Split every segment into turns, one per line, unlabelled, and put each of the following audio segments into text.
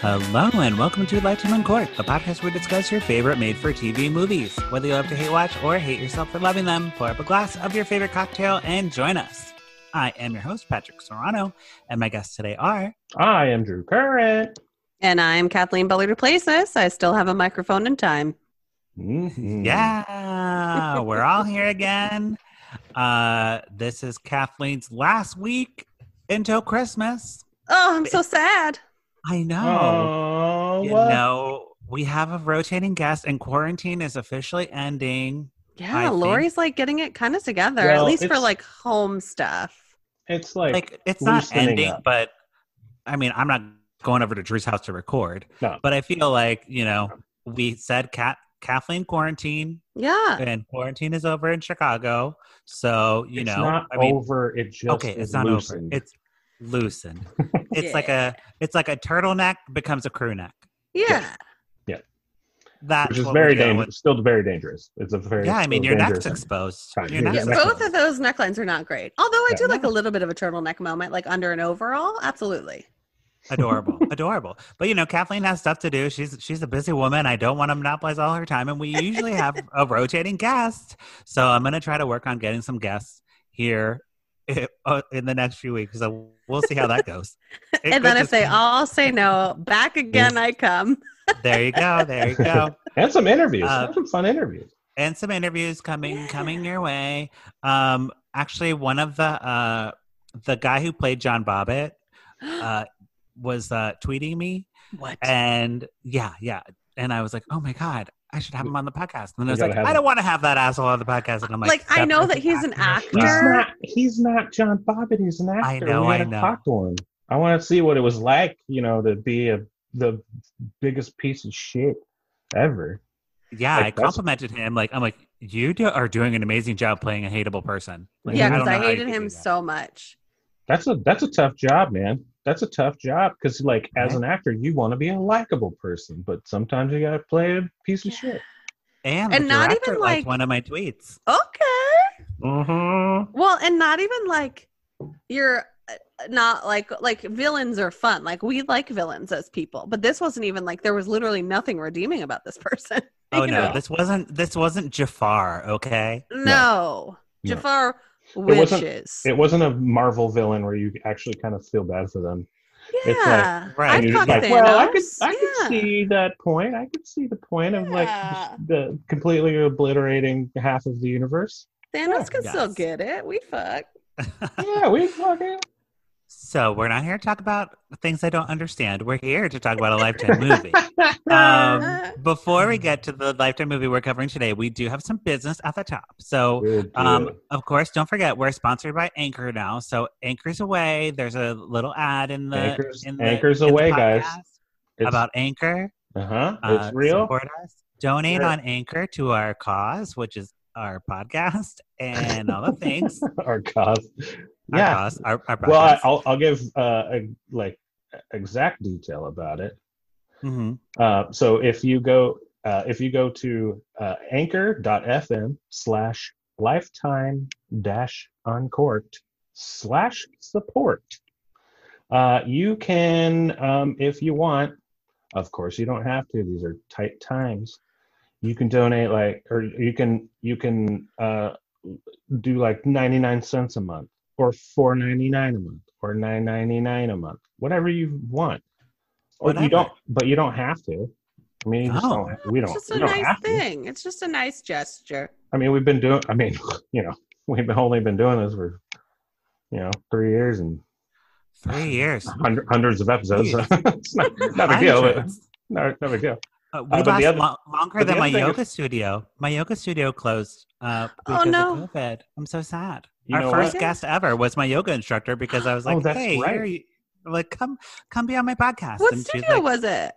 Hello, and welcome to Lifetime in Court, a podcast where we discuss your favorite made for TV movies. Whether you love to hate watch or hate yourself for loving them, pour up a glass of your favorite cocktail and join us. I am your host, Patrick Serrano, and my guests today are
I am Drew Current.
And I'm Kathleen Bullard Replaces. I still have a microphone in time.
Mhm.
Mm-hmm. Yeah, we're all here again. Uh, this is Kathleen's last week until Christmas.
Oh, I'm so sad.
I know.
Oh,
you
what?
know, we have a rotating guest, and quarantine is officially ending.
Yeah,
I think-
Lori's like getting it kind of together,
Well,
at least for
it's-
like home stuff.
it's like,
like it's not
loosening
ending,
up.
but I mean, I'm not going over to Drew's house to record.
No.
But I feel like you know, we said Cat Kathleen quarantine,
Yeah.
and quarantine is over in Chicago. So you
it's
know,
not
I mean,
over. It just
okay, it's not
loosened.
over. It's loosened. it's like a it's like a turtleneck becomes a crew neck.
Yeah.
That's
which is
what we're
very
dealing
dangerous. Still very dangerous. It's a
with.
very
Yeah, I mean,
still
your neck's
dangerous.
exposed.
Right,
Your
yeah,
neck's
yeah.
Both
exposed.
of those necklines are not great. Although I do
Yeah.
like a little bit of a turtleneck moment, like under an overall. Absolutely.
adorable, adorable. But you know, Kathleen has stuff to do. She's she's a busy woman. I don't want to monopolize all her time, and we usually have a rotating guest. So I'm going to try to work on getting some guests here i- uh, in the next few weeks. So we'll see how that goes. It could
and then if
just
they
be-
all say no, back again I come.
there you go, there you go,
and some interviews.
Uh,
Have some fun interviews.
and some interviews coming
Yeah.
coming your way. Um, actually, one of the uh the guy who played John Bobbitt uh was uh tweeting me
what?
And yeah, yeah. And I was like, oh my God, I should have him on the podcast. And then I
You
was
gotta
like,
have
I
him.
don't want to have that asshole on the podcast. And I'm like,
Like, I know that
person's
he's an
He's
actor.
not. He's not John Bobbitt. He's an actor.
I know,
We
I
gotta
know.
Talk to him. I want to see what it was like. You know, to be a the biggest piece of shit ever.
Yeah,
Like,
I
that's-
complimented him. Like, I'm like, you do, are doing an amazing job playing a hateable person. Like,
yeah,
I
because
don't know
I,
how you
hated
could do
him
that.
so much.
That's a that's a tough job, man. That's a tough job because, like, as
Right.
an actor, you want to be a likable person, but sometimes you gotta play a piece of shit.
And,
And
the
not
director
even,
liked
like-
one of my tweets. Oh,
Okay.
Mm-hmm.
Well, and not even like you're uh, not like like villains are fun. Like we like villains as people, but this wasn't even like there was literally nothing redeeming about this person.
Oh
You
no,
know?
this wasn't, this wasn't Jafar. Okay.
no.
No.
Jafar
wasn't-
wishes.
It wasn't a Marvel villain where you actually kind of feel bad for them. it's like-
yeah,
Right.
I'd
And you're
fuck
just like,
Thanos.
well, I could, I
yeah.
could see that point. I could see the point of like
Yeah.
the completely obliterating half of the universe.
Thanos
Yeah.
can still
Yes.
get it. We fuck.
Yeah, we fucking.
so we're not here to talk about things I don't understand. We're here to talk about a lifetime movie. um, before we get to the lifetime movie we're covering today, we do have some business at the top. So,
We'll do
um,
it.
of course, don't forget we're sponsored by Anchor now. So, Anchor's away. There's a little ad in the
Anchor's-
in the,
Anchor's
in the
away, guys.
podcast
It's-
About Anchor,
uh-huh.
Uh,
it's real.
Support us. Donate
Yeah.
on Anchor to our cause, which is our podcast and all the things.
Our cause.
Our
Yeah.
cause, our, our
well, I,
podcast.
I'll I'll give uh, a, like exact detail about it.
Mhm.
Uh, so if you go uh, if you go to uh, anchor.fm slash lifetime dash uncorked slash support uh, you can um, if you want of course you don't have to these are tight times you can donate like or you can you can uh, do like 99 cents a month or 4.99 a month or 9.99 a month whatever you want or
Whatever.
you don't but you don't have to i mean you just
No.
don't, we
Oh, It's
don't,
just
we
a
don't
nice
have to
thing. It's just a nice gesture.
i mean we've been doing i mean you know we've only been doing this for you know three years and
Three years.
hundred, hundreds of episodes so it's not, not a deal but
Hundreds.
no, no big deal
Uh, we
but the
last
other-
lo- longer
but the
than
other
my
thing is-
yoga studio. My yoga studio closed uh,
Oh,
because
no.
of COVID. I'm so sad.
You
Our
know
first
what?
guest ever was my yoga instructor because I was
Oh,
like,
that's
"Hey,
right.
here you, like come come be on my podcast."
What
and she's
studio
like,
was it?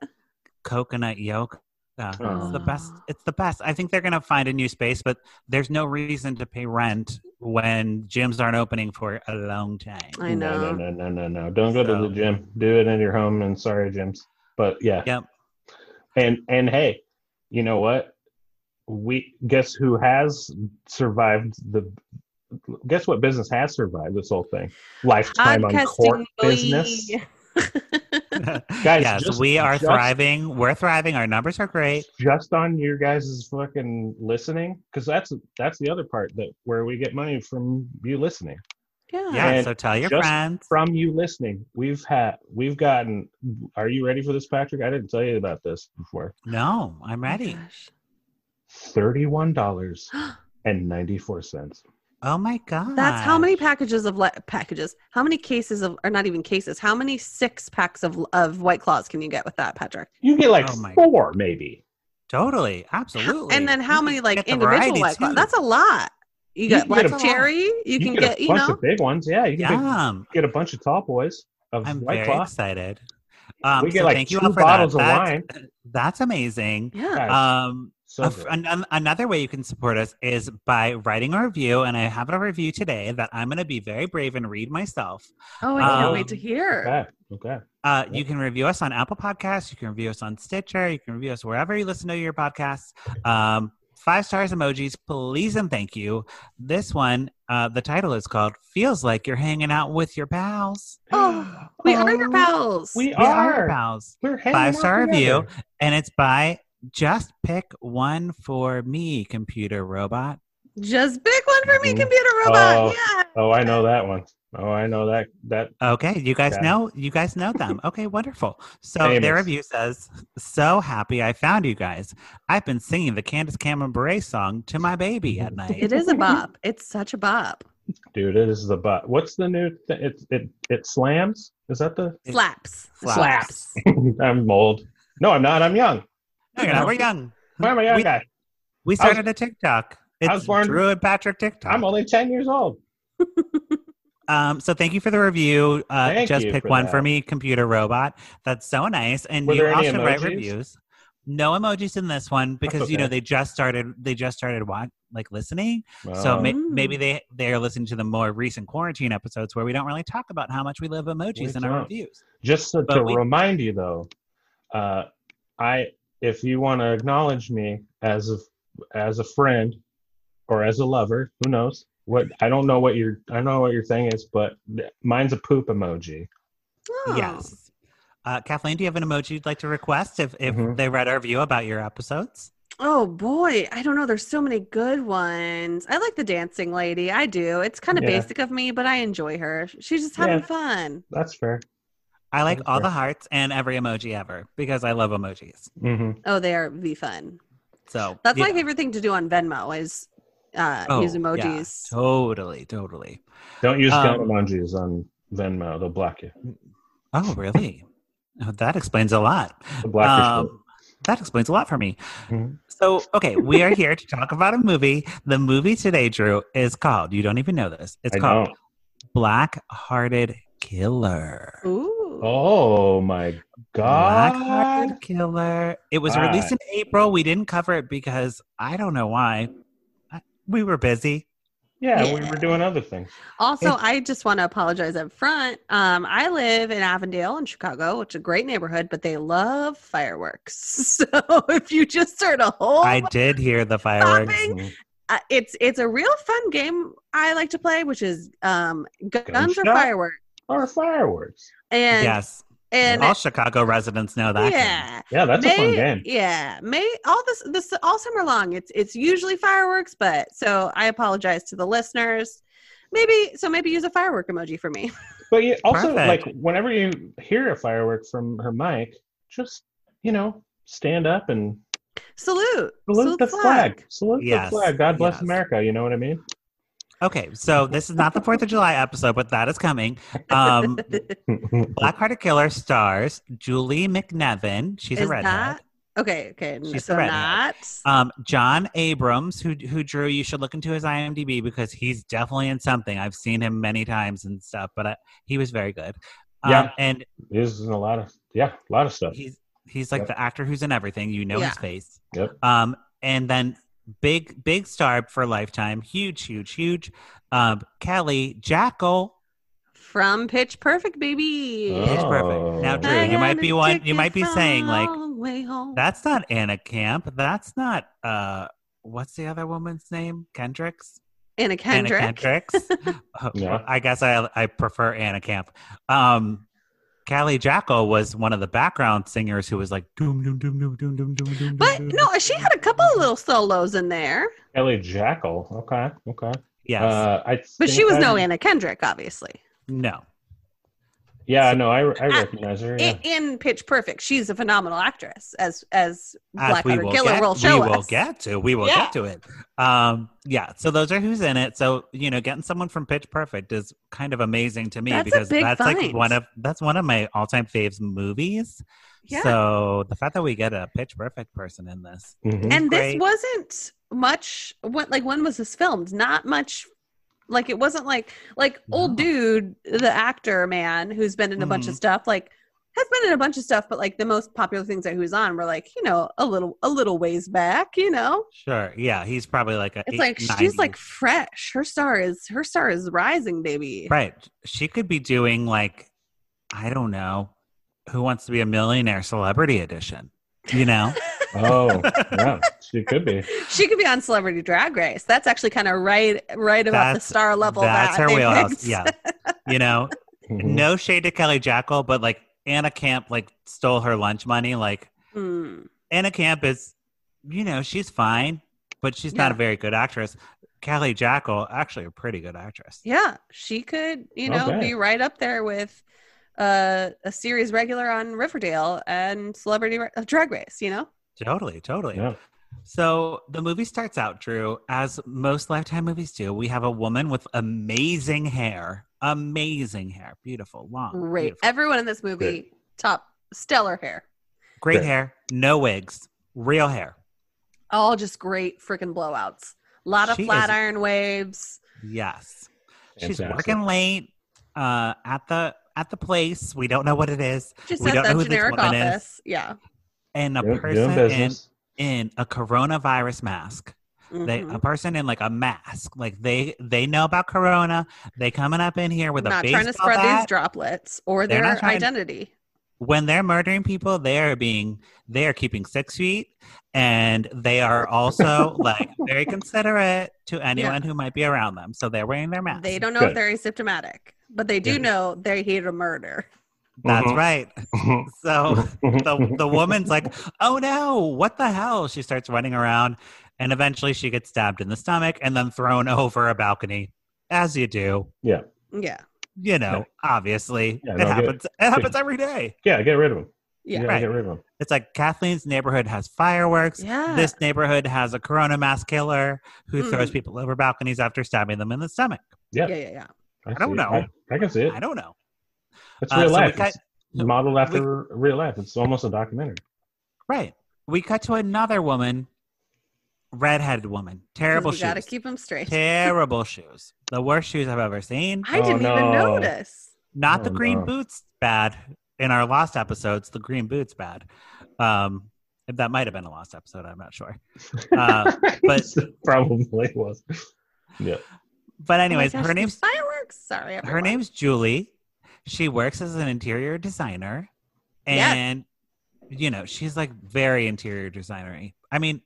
Coconut Yoga. Uh, It's the
Oh.
best. It's the best. I think they're gonna find a new space, but there's no reason to pay rent when gyms aren't opening for a long time.
I know.
No, no, no, no, no, no. Don't go to
So-
the gym. Do it in your home. And sorry, gyms. But yeah.
Yep.
And and hey, you know what? We guess who has survived the. Guess what business has survived this whole thing? Lifetime on court business. Guys,
yes,
just-
we are
just-
thriving. We're thriving. Our numbers are great.
just on your guys' fucking listening because that's that's the other part that where we get money from you listening
Yeah.
Yeah.
And
so tell your
just
friends.
from you listening we've had we've gotten are you ready for this patrick i didn't tell you about this before
no, I'm ready.
Gosh.
$31 and 94 cents
Oh my god.
That's how many packages of le- packages? How many cases of, or not even cases? How many six packs of of White Claws can you get with that, Patrick?
you get like
Oh my-
four, maybe
Totally.
How-
Absolutely.
And then
You
how
can
many like
get the
individual
variety,
White Claws?
too.
That's a lot. You,
You can
got
get
like
a-
cherry. You can get,
a
you
bunch
know.
of big ones yeah you can get,
Yum.
get a bunch of tall boys of
I'm
white
very
claw
excited. Um,
we get
so
like
thank
two
you all for
bottles
that.
of
That's-
wine
That's amazing.
Yeah.
Guys,
Um,
so
a f-
good.
an- an- another way you can support us is by writing a review, and I have a review today that I'm going to be very brave and read myself.
Oh, I can't
Um,
wait to hear.
okay okay
Uh,
Yeah.
You can review us on Apple Podcasts. You can review us on Stitcher. You can review us wherever you listen to your podcasts. Um, five stars emojis, please and thank you. This one, uh, the title is called "Feels Like You're Hanging Out with Your Pals."
Oh, We are your
Oh,
pals.
we
We are your
are
pals,
We're hanging
Five
out
star review.
together.
and it's by Just Pick One for Me, Computer Robot.
Just big one for me,
Mhm.
computer robot.
Oh.
Yeah.
Oh, I know that one. Oh, I know that that
Okay, you guys
Yeah.
know you guys know them. Okay, wonderful. So their
Famous.
review says, "So happy I found you guys. I've been singing the Candace Cameron Bure song to my baby at night.
It is a bop. It's such a bop.
dude. It is the butt. What's the new? Th- it it it slams. Is that the?
It
Slaps.
slaps.
I'm old. No, I'm not. I'm young.
No, you're not. We're young.
Why am I a young
We-
guy?
We
I was-
started a TikTok.
I
It's
was born-
Drew and Patrick TikTok.
I'm only ten years old.
um, so thank you for the review. Uh,
Thank
just
you
pick
for
one for
that.
me, computer robot. That's so nice. And
Were
you
there
all
any
should write
emojis?
reviews. No emojis in this one because you know
okay.
they just started. They just started what like listening.
Oh,
So may-
Mm.
maybe they they are listening to the more recent quarantine episodes where we don't really talk about how much we love emojis
We
in our
don't.
reviews.
just so,
but
to
we-
remind you though, uh, I if you want to acknowledge me as a as a friend or as a lover, who knows? What I don't know what your I don't know what your thing is, but th- mine's a poop emoji.
Oh.
Yes. Uh, Kathleen, do you have an emoji you'd like to request if, if
Mhm.
they read our review about your episodes?
Oh boy, I don't know. There's so many good ones. I like the dancing lady. I do. It's kind of
Yeah.
basic of me, but I enjoy her. She's just having
Yeah.
fun.
That's fair.
I like
That's
all
fair.
the hearts and every emoji ever because I love emojis.
hmm
Oh, they are the fun.
So
That's
yeah,
my favorite thing to do on Venmo is uh,
Oh,
use
yeah.
emojis.
totally, totally.
Don't use gun
Um,
emojis on Venmo; they'll block you.
Oh, really? Oh, that explains a lot.
They'll block your shit.
Um, that explains a lot for me.
Mhm.
So, okay, we are here to talk about a movie. The movie today, Drew, is called, you don't even know this, it's
I
called
don't.
Black Hearted Killer.
Ooh.
Oh my
Black
god!
Hearted Killer. It was
God.
released in April. We didn't cover it because I don't know why. I- We were busy.
Yeah,
Yeah.
we were doing other things.
Also, I just want to apologize up front. Um, I live in Avondale in Chicago, which is a great neighborhood, but they love fireworks. So if you just heard a whole,
I did hear the fireworks.
Thing.
Mhm.
uh, it's it's a real fun game I like to play, which is um, guns or
Gunshot?
fireworks.
Or fireworks.
And
yes.
and
All Chicago residents know that. game.
yeah,
Yeah, that's a fun
May-
game.
yeah. May all this this all summer long. It's it's usually fireworks, but so I apologize to the listeners. Maybe so. Maybe use a firework emoji for me.
But you also
Perfect.
like whenever you hear a firework from her mic, just you know stand up and
Salute.
salute the flag. Salute
Yes,
the flag. God bless
yes.
America. You know what I mean?
Okay, so this is not the 4th of July episode, but that is coming. Um, Black Hearted Killer stars Julie McNevin. She's a
Is
redhead.
that- Okay, okay.
She's
so
the redhead.
not.
Um, John Abrams, who who drew, you should look into his IMDb because he's definitely in something. I've seen him many times and stuff, but I, he was very good. Um,
Yeah.
and
There's a lot of yeah, a lot of stuff.
he's he's like
Yep.
the actor who's in everything. You know
Yeah.
his face.
Yep.
Um, and then big big star for Lifetime, huge, huge, huge. Um, Kelly Jackal.
From Pitch Perfect, baby.
Oh.
Pitch perfect. Now, Drew,
I
you might
got
be
a
one. You
ticket
might be saying
from
like,
all the way home.
that's not Anna Camp. That's not uh, what's the other woman's name? Kendricks.
Anna Kendrick.
Anna Kendricks. Oh,
Yeah.
I guess I I prefer Anna Camp. Um, Callie Jackal was one of the background singers who was like doom doom doom doom doom doom doom doom.
But
doom,
no, she had a couple of little solos in there,
Ellie Jackal. Okay, okay.
yes,
Uh, I
but
think
she was no
I-
Anna Kendrick, obviously.
no,
Yeah, no, I, I
Ah,
recognize her. Yeah.
In, in Pitch Perfect, she's a phenomenal actress, as as
as we
Blackadder
will
Killer
get,
will show
we will
us.
get to, we will
Yeah.
get to it. Um, yeah. So those are who's in it. So you know, getting someone from Pitch Perfect is kind of amazing to me
That's a
because
big
that's like
find.
one of that's one of my all time faves movies.
Yeah.
So the fact that we get a Pitch Perfect person in this,
Mhm.
and
Great.
this wasn't much what like when was this filmed not much like it wasn't like like old
No. Mm-hmm.
dude the actor man who's been in a bunch of stuff like has been in a bunch of stuff but like the most popular things that he was on were like you know a little a little ways back you know
sure, yeah, he's probably like a
it's
eight,
like she's
90s.
like fresh her star is her star is rising baby
right. She could be doing like I don't know, Who Wants to Be a Millionaire Celebrity Edition. You know,
Oh, yeah, she could be.
she could be on celebrity drag race that's actually kind of right right about the
That's-
star level
that's
that
her
they
wheelhouse.
picked.
Yeah, you know,
Mhm.
no shade to Kelly Jackal, but like Anna Camp like stole her lunch money. Like
Mm.
Anna Camp is, you know, she's fine, but she's not a
Yeah.
very good actress. Kelly Jackal actually a pretty good actress.
Yeah, she could, you know,
Okay.
be right up there with uh, a series regular on Riverdale and Celebrity Ra- uh, Drag Race. You know,
Totally, totally.
Yeah.
So the movie starts out, Drew, as most Lifetime movies do. We have a woman with amazing hair, amazing hair, beautiful, long,
great.
Oh, beautiful.
Everyone in this movie, top stellar hair,
great
Great.
hair, no wigs, real hair.
all just great freaking blowouts. A lot of
She is-
flat iron waves.
Yes. She's
Fantastic.
working late uh, at the at the place. We don't know what it is.
Just
We
at
don't know who
that
this
generic
woman is.
office. Yeah.
And a
Doing- doing
person in,
business.
in a coronavirus mask. They uh,
Mhm.
a person in like a mask. Like they they know about corona. They coming up in here with
not
a baseball
trying to spread
bat.
these droplets or
They're not
their
trying-
identity.
when they're murdering people, they are being they are keeping six feet, and they are also like very considerate to anyone who might be around them. So they're wearing their mask.
They don't know if
Good.
they're asymptomatic, but they do
Yeah.
know they're here to murder.
That's
Mhm.
right. So the the woman's like, "Oh no, what the hell?" She starts running around, and eventually she gets stabbed in the stomach and then thrown over a balcony, as you do.
Yeah.
You know, obviously,
Yeah,
it
no, get-
happens. It happens every day.
yeah, get rid of him.
Yeah.
You gotta
Right.
get rid of him.
It's like Kathleen's neighborhood has fireworks.
Yeah.
This neighborhood has a corona mass killer who throws
Mhm.
people over balconies after stabbing them in the stomach.
Yeah,
yeah. Yeah. Yeah.
I,
don't
see it.
know.
I, I can see it.
I don't know.
It's
Uh,
real
so we
life.
got-
it's modeled after real life. It's almost a documentary.
Right. We cut to another woman, redheaded woman, terrible
you gotta
shoes,
keep them straight.
terrible shoes, the worst shoes I've ever seen.
I
Oh,
didn't even
no.
notice.
Not
Oh,
the green
no.
boots bad in our lost episodes. The green boots bad. Um, that might have been a lost episode. I'm not sure. Uh, but-
probably was. Yeah.
but
Oh my
anyways,
gosh,
her
the
name's
fireworks. Sorry,
her
everyone.
name's Julie. She works as an interior designer,
Yes.
and you know she's like very interior designery. I mean,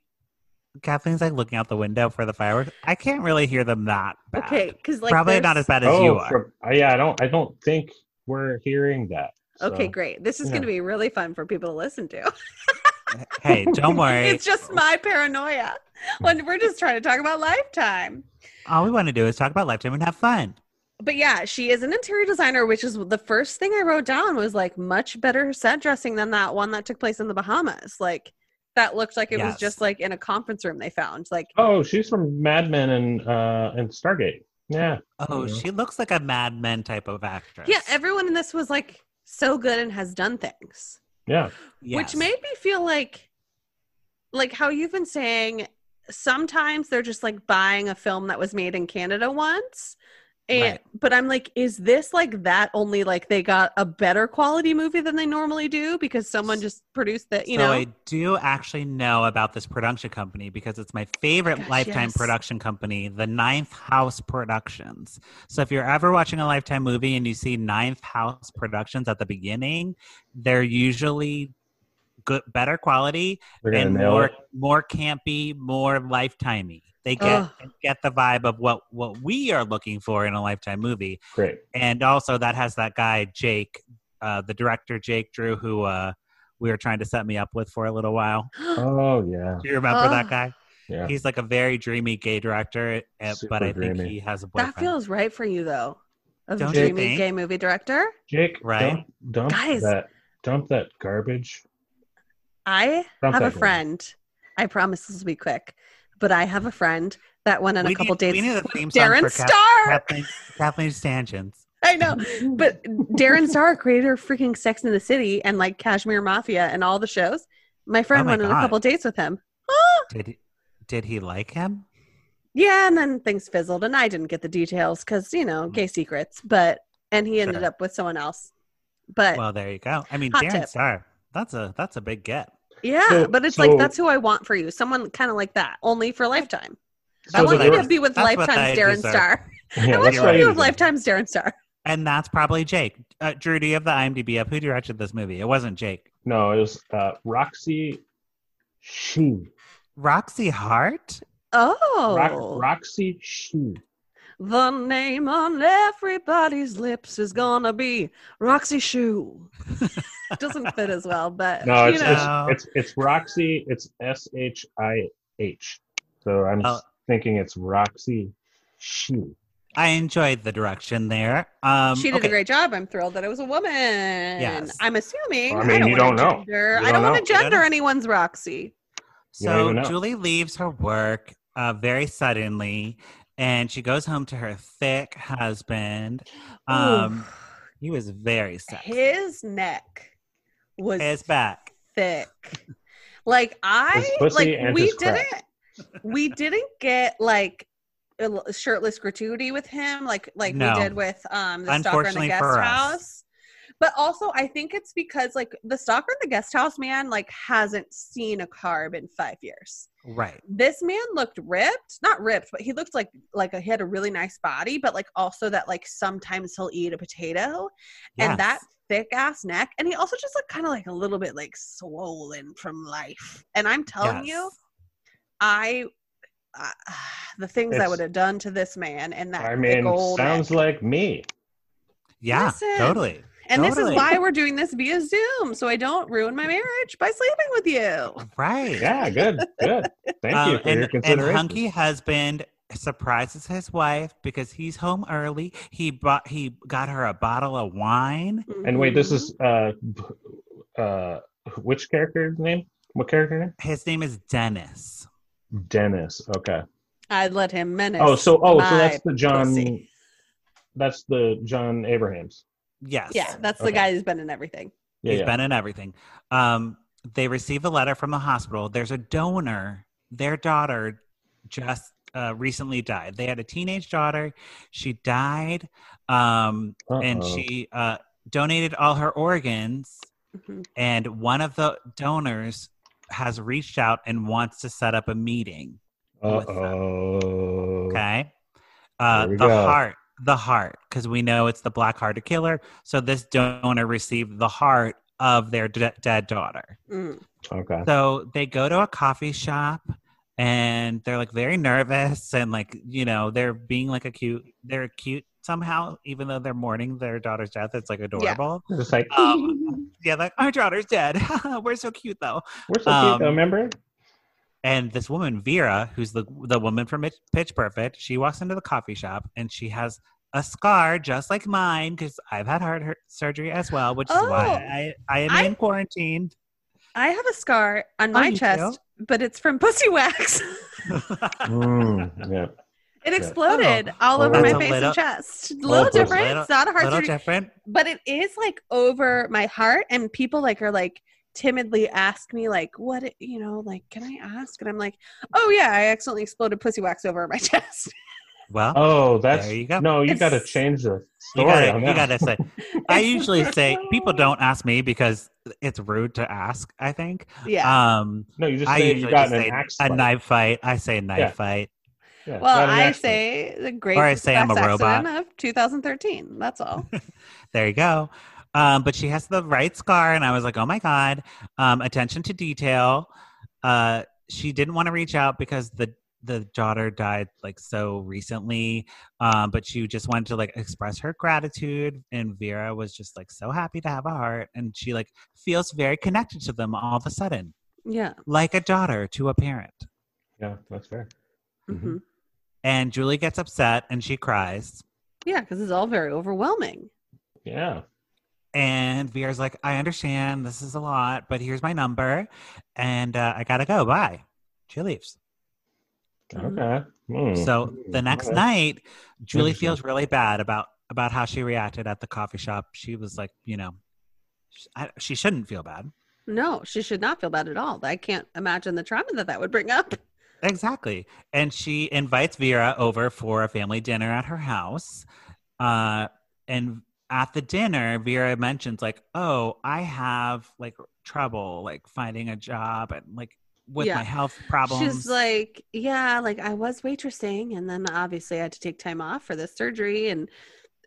Kathleen's like looking out the window for the fireworks. I can't really hear them that bad.
Okay, because like
probably
there's-
not as bad as you are.
from- uh, yeah, I don't. I don't think we're hearing that. so-
Okay, great. This is
Yeah.
going to be really fun for people to listen to.
hey, don't worry.
It's just my paranoia when we're just trying to talk about lifetime.
All we want to do is talk about lifetime and have fun.
But yeah, she is an interior designer, which is the first thing I wrote down was like much better set dressing than that one that took place in the Bahamas. Like that looked like it was
Yes.
just like in a conference room they found. Like
Oh, she's from Mad Men and uh and Stargate. Yeah.
Oh,
Yeah.
she looks like a Mad Men type of actress.
yeah, everyone in this was like so good and has done things.
Yeah.
Yes.
which made me feel like like how you've been saying sometimes they're just like buying a film that was made in canada once and
Right.
but i'm like is this like that only like they got a better quality movie than they normally do because someone just produced that you
so
know
I do actually know about this production company because it's my favorite
Gosh,
Lifetime
yes.
production company, the Ninth House Productions. So if you're ever watching a Lifetime movie and you see Ninth House Productions at the beginning, they're usually good, better quality,
They're gonna
and
nail
more
it.
more campy, more Lifetimey. They get
Ugh.
they get the vibe of what what we are looking for in a Lifetime movie,
Great.
and also that has that guy Jake. uh, the director Jake Drew, who uh, we were trying to set me up with for a little while.
Oh yeah,
Do you remember that
Oh.
guy?
yeah.
He's like a very dreamy gay director, eh,
Super
but I think
dreamy.
he has a boyfriend.
that feels right for you though. As a
Don't
you
dreamy
think?
gay movie director,
Jake,
Right?
Dump, dump
Guys.
that, dump that garbage.
I
Dump that
have a friend. I promise this will be quick, but I have a friend that went on
we
a couple
need,
dates.
We need a theme song
Darren
for Kath-
Star.
Kathleen, Kathleen Stanchions.
I know, but Darren Star, creator of freaking Sex in the City and like Cashmere Mafia and all the shows. My friend
Oh my
went on a
God.
couple dates with him.
Did did he like him?
Yeah, and then things fizzled, and I didn't get the details because you know, gay secrets. But and he ended
Mm. Sure.
up with someone else. But
Well, there you go. I mean,
Uh, Hot
Darren
tip.
Star. That's a that's a big get.
yeah,
So-
but it's
so-
like that's who I want for you. Someone kind of like that, only for Lifetime.
That
I
was
the
want you
what
gir-
I-
to be with
that's what
Lifetime's
I
Darren
deserve.
Star.
yeah,
I want
that's
you
what
to
I
be
right.
with Lifetime's Darren Star.
And that's probably Jake. Uh, Drew, do you have the IMDb up? Who directed this movie? It wasn't Jake.
No, it was uh, Roxy. She
Roxy Hart.
Oh,
Ro- Roxy She.
the name on everybody's lips is gonna be Roxy Shoe. Doesn't fit as well, but
No,
you
it's,
know,
know.
it's it's it's Roxy. It's S H I H. So I'm
Oh.
thinking it's Roxy She.
I enjoyed the direction there. Um,
she did
okay.
a great job. I'm thrilled that it was a woman.
Yes.
I'm assuming.
Well, I mean, you don't
wanna
know.
Gender,
You
I don't,
don't
want to
know.
gender anyone's Roxy.
You don't
So
even know.
Julie leaves her work uh, very suddenly, and she goes home to her thick husband. Um, he was very
Ooh,
sexy. His,
his neck was
back.
thick. Like I
His pussy
like
and
we
his crack.
didn't we didn't get like a l- shirtless gratuity with him like like
No.
we did with um the stalker in the
Unfortunately
guest
for us.
house. But also I think it's because like the stalker in the guest house man like hasn't seen a carb in 5 years.
Right.
This man looked ripped, not ripped, but he looked like like he had a really nice body, but like also that like sometimes he'll eat a potato
Yes.
and that thick ass neck and he also just looked kind of like a little bit like swollen from life and i'm telling you
Yes.
i uh, the things i
It's-
would have done to this man and that
I
thick
mean,
old
sounds
neck.
like me.
Yeah,
Listen.
totally.
and this
totally.
is why we're doing this via zoom so i don't ruin my marriage by sleeping with you
Right.
Yeah, good, good. Thank you
Um,
for your
and, and
consideration.
hunky husband surprises his wife because he's home early. He bought he got her a bottle of wine.
And wait, this
Mhm.
is uh, b- uh, which character's name? What character name?
His name is Dennis.
Dennis. Okay.
i'd let him menace
Oh, so oh, so
my
that's the John.
pussy.
That's the John Abrahams.
Yes.
yeah that's the
Okay.
guy who's been in everything
he's
Yeah, yeah.
been in everything. Um, they receive a letter from the hospital. There's a donor. Their daughter just uh, recently died. They had a teenage daughter. She died, um, and
Uh-oh.
she uh, donated all her organs.
Mhm.
and one of the donors has reached out and wants to set up a meeting. with them.
Uh-oh.
Okay, uh,
There we
the
go.
heart, the heart, because we know it's the black hearted killer. So this donor received the heart of their de- dead daughter.
Mm.
Okay.
So they go to a coffee shop and they're like very nervous and like you know they're being like acute. They're acute somehow, even though they're mourning their daughter's death. It's like adorable.
Just like
Yeah, um, yeah like our daughter's dead. We're so cute though.
we're so
um,
cute. Though, remember?
And this woman, Vera, who's the the woman from Mitch- Pitch Perfect, she walks into the coffee shop and she has a scar just like mine because I've had heart hurt surgery as well, which is
Oh.
why I, I am
I-
in quarantine.
i have a scar on
Oh,
my
you do?
chest but it's from pussy wax
Mm, yeah.
It exploded all
Oh,
over
that's
my
a
face
little-
and chest. A
Oh,
little
that's a
different.
little-
it's not a heart
Little
surgery,
different.
but it is like over my heart, and people like are like timidly ask me like, "What? it- You know, like, can I ask?" And I'm like, "Oh yeah, I accidentally exploded pussy wax over my chest."
Well,
Oh, that's
There you go.
no. You
It's-
got to change the
you
story
gotta,
on
you
that.
gotta say. I usually say people don't ask me because it's rude to ask. I think.
yeah.
Um,
no, you just
I
say you
usually
got
just
in an
say
axe.
a
fight.
knife fight. I say knife
Yeah.
fight.
Yeah, got
well,
in an
I
axe fight.
say the great
Or I
pussy
say I'm
wax
a robot.
accident of 2013. That's all.
There you go. Um, but she has the right scar, and I was like, oh my god, um, attention to detail. Uh, she didn't want to reach out because the the daughter died like so recently, um, but she just wanted to like express her gratitude, and Vera was just like so happy to have a heart, and she like feels very connected to them all of a sudden,
Yeah.
like a daughter to a parent.
Yeah, that's fair.
hmm
And Julie gets upset and she cries,
Yeah, because it's all very overwhelming.
Yeah.
and Vera's like, "I understand this is a lot, but here's my number, and uh, I gotta go. Bye." She leaves.
Mhm.
Okay. Mm.
So the
Mm,
next
okay.
night, Julie
Interesting.
feels really bad about about how she reacted at the coffee shop. She was like, you know, sh I, she shouldn't feel bad.
No, she should not feel bad at all. I can't imagine the trauma that that would bring up.
Exactly. And she invites Vera over for a family dinner at her house. Uh, and at the dinner, Vera mentions, like, oh, I have like trouble like finding a job and like with
Yeah.
my health problems.
She's like, yeah, like I was waitressing, and then obviously I had to take time off for this surgery, and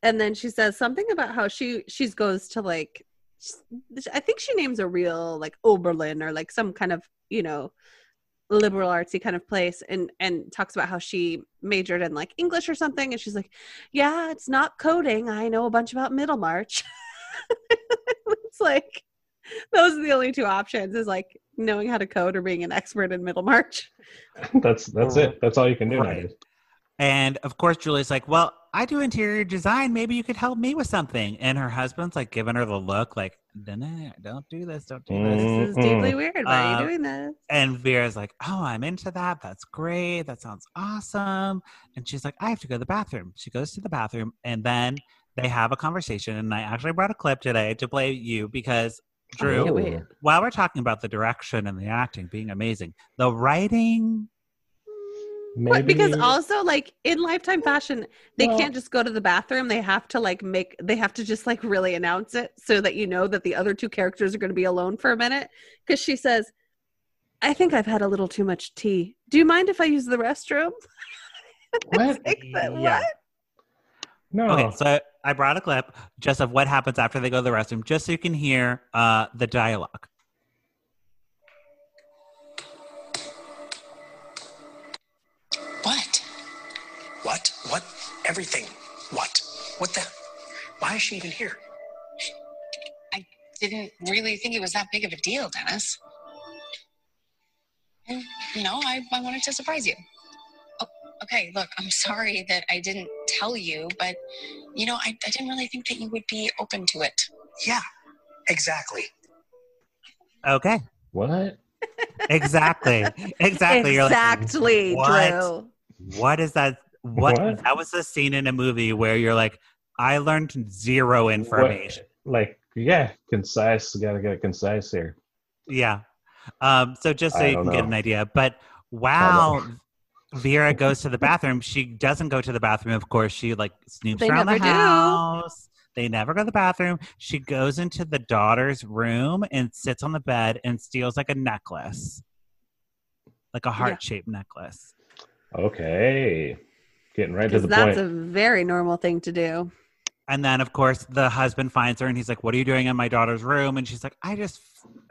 and then she says something about how she she goes to like, s- I think she names a real like Oberlin or like some kind of you know liberal artsy kind of place, and and talks about how she majored in like English or something, and she's like, yeah, it's not coding. I know a bunch about Middlemarch. it's like those are the only two options is like knowing how to code or being an expert in Middlemarch.
that's that's it. That's all you can do
Right.
nowadays.
And of course, Julie's like, Well, I do interior design. Maybe you could help me with something. And her husband's like giving her the look, like, No, no, no, don't do this. Don't do this.
Mm.
This is deeply
Mm-mm.
weird. Why are
Uh,
you doing this?
And Vera's like, Oh, I'm into that. That's great. That sounds awesome. And she's like, I have to go to the bathroom. She goes to the bathroom and then they have a conversation. And I actually brought a clip today to play you because, Drew,
Oh.
can't wait.
while we're talking about the direction and the acting being amazing, the writing,
Maybe,
What, because also like in lifetime fashion, they
Well-
can't just go to the bathroom. They have to like make they have to just like really announce it so that you know that the other two characters are going to be alone for a minute cuz she says, "I think I've had a little too much tea. Do you mind if I use the restroom?"
what?
Like, but
Yeah.
what?
No.
Okay, so I brought a clip just of what happens after they go to the restroom, just so you can hear uh, the dialogue.
What?
What? What? Everything. What? What the? Why is she even here?
Didn't really think it was that big of a deal, Dennis. And No, I, I wanted to surprise you. Oh, okay, look, I'm sorry that I didn't tell you, but you know, I, I didn't really think that you would be open to it.
Yeah, exactly.
Okay,
What?
exactly, exactly. You're like,
Exactly,
"What?"
Drew.
what is that? What?
What?
That was the scene in a movie where you're like, I learned zero information.
What? Like, yeah, concise. Gotta get concise here.
Yeah. Um, so just so
I
you
don't
can get
know.
an idea, but
I
wow. Vera goes to the bathroom. She doesn't go to the bathroom, of course. She like snoops
They
around the
never do.
house. They never go to the bathroom. She goes into the daughter's room and sits on the bed and steals like a necklace, like a heart shaped necklace.
Okay. Getting right to
'Cause
the
that's
point.
a very normal thing to do.
And then, of course, the husband finds her and he's like, What are you doing in my daughter's room? And she's like, I just,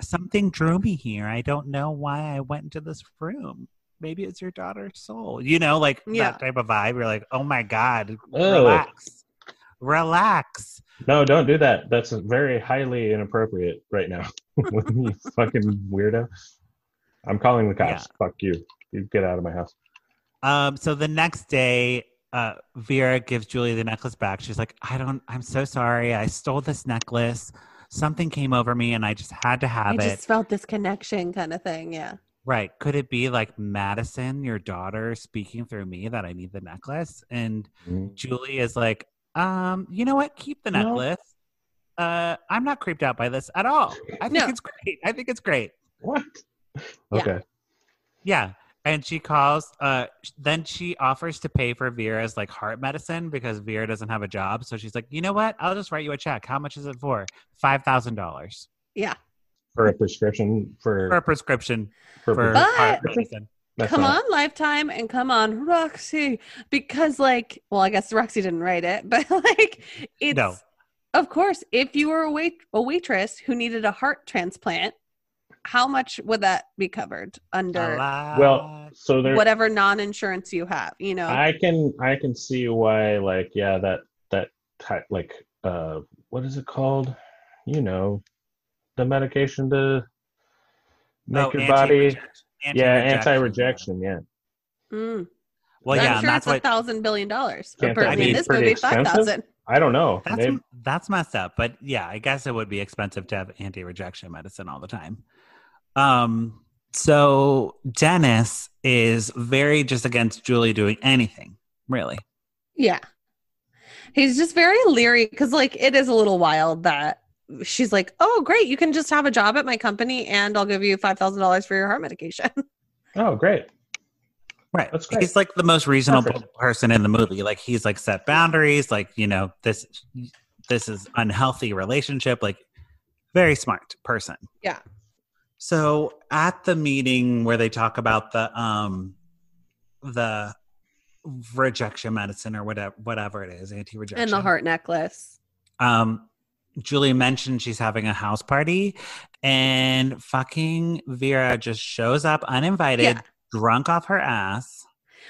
something drew me here. I don't know why I went into this room. Maybe it's your daughter's soul. You know, like
Yeah.
that type of vibe. You're like, Oh my God,
Oh.
relax. Relax.
No, don't do that. That's very highly inappropriate right now. you fucking weirdo. I'm calling the cops. Fuck you. You get out of my house.
Um, so the next day, uh, Vera gives Julie the necklace back. She's like, I don't, I'm so sorry. I stole this necklace. Something came over me and I just had to have
I
it.
just felt this connection kind of thing. Yeah.
Right. Could it be like Madison, your daughter, speaking through me that I need the necklace? And Julie is like, um, you know what? Keep the
No.
necklace. Uh, I'm not creeped out by this at all. I think
No.
it's great. I think it's great.
What?
Yeah.
Okay.
Yeah. And she calls, uh, sh- then she offers to pay for Vera's like heart medicine because Vera doesn't have a job. So she's like, you know what? I'll just write you a check. How much is it for? $5,000
Yeah.
For a prescription for,
for a prescription
for,
for
But-
heart medicine.
that's
come
not-
on, Lifetime, and come on, Roxy. Because, like, well, I guess Roxy didn't write it, but like, it's
No.
of course, if you were a, wait- a waitress who needed a heart transplant, how much would that be covered
A
under?
lot.
Well, so there
whatever non-insurance you have. You
Oh.
know,
I can I can see why like yeah that that type like uh what is it called? You know, the medication to make
Oh,
your body
anti-rejection-
yeah anti-rejection yeah
Mm.
Well,
I'm
yeah, and
sure
that's
it's a
what
thousand billion dollars.
Can't
Or
that
in
be
this
pretty
movie,
expensive?
five thousand.
I don't know
that's
Maybe-
that's messed up. But yeah, I guess it would be expensive to have anti-rejection medicine all the time. Um, so Dennis is very just against Julie doing anything, really.
Yeah. He's just very leery because, like, it is a little wild that she's like, oh, great, you can just have a job at my company and I'll give you $5,000 for your heart medication.
oh great
Right.
That's great.
He's like the most reasonable
Perfect.
person in the movie. Like he's like set boundaries, like, you know, this this is unhealthy relationship, like very smart person.
Yeah.
So at the meeting where they talk about the um the rejection medicine or whatever whatever it is, anti-rejection.
and the heart necklace.
Um Julie mentioned she's having a house party and fucking Vera just shows up uninvited,
Yeah.
drunk off her ass.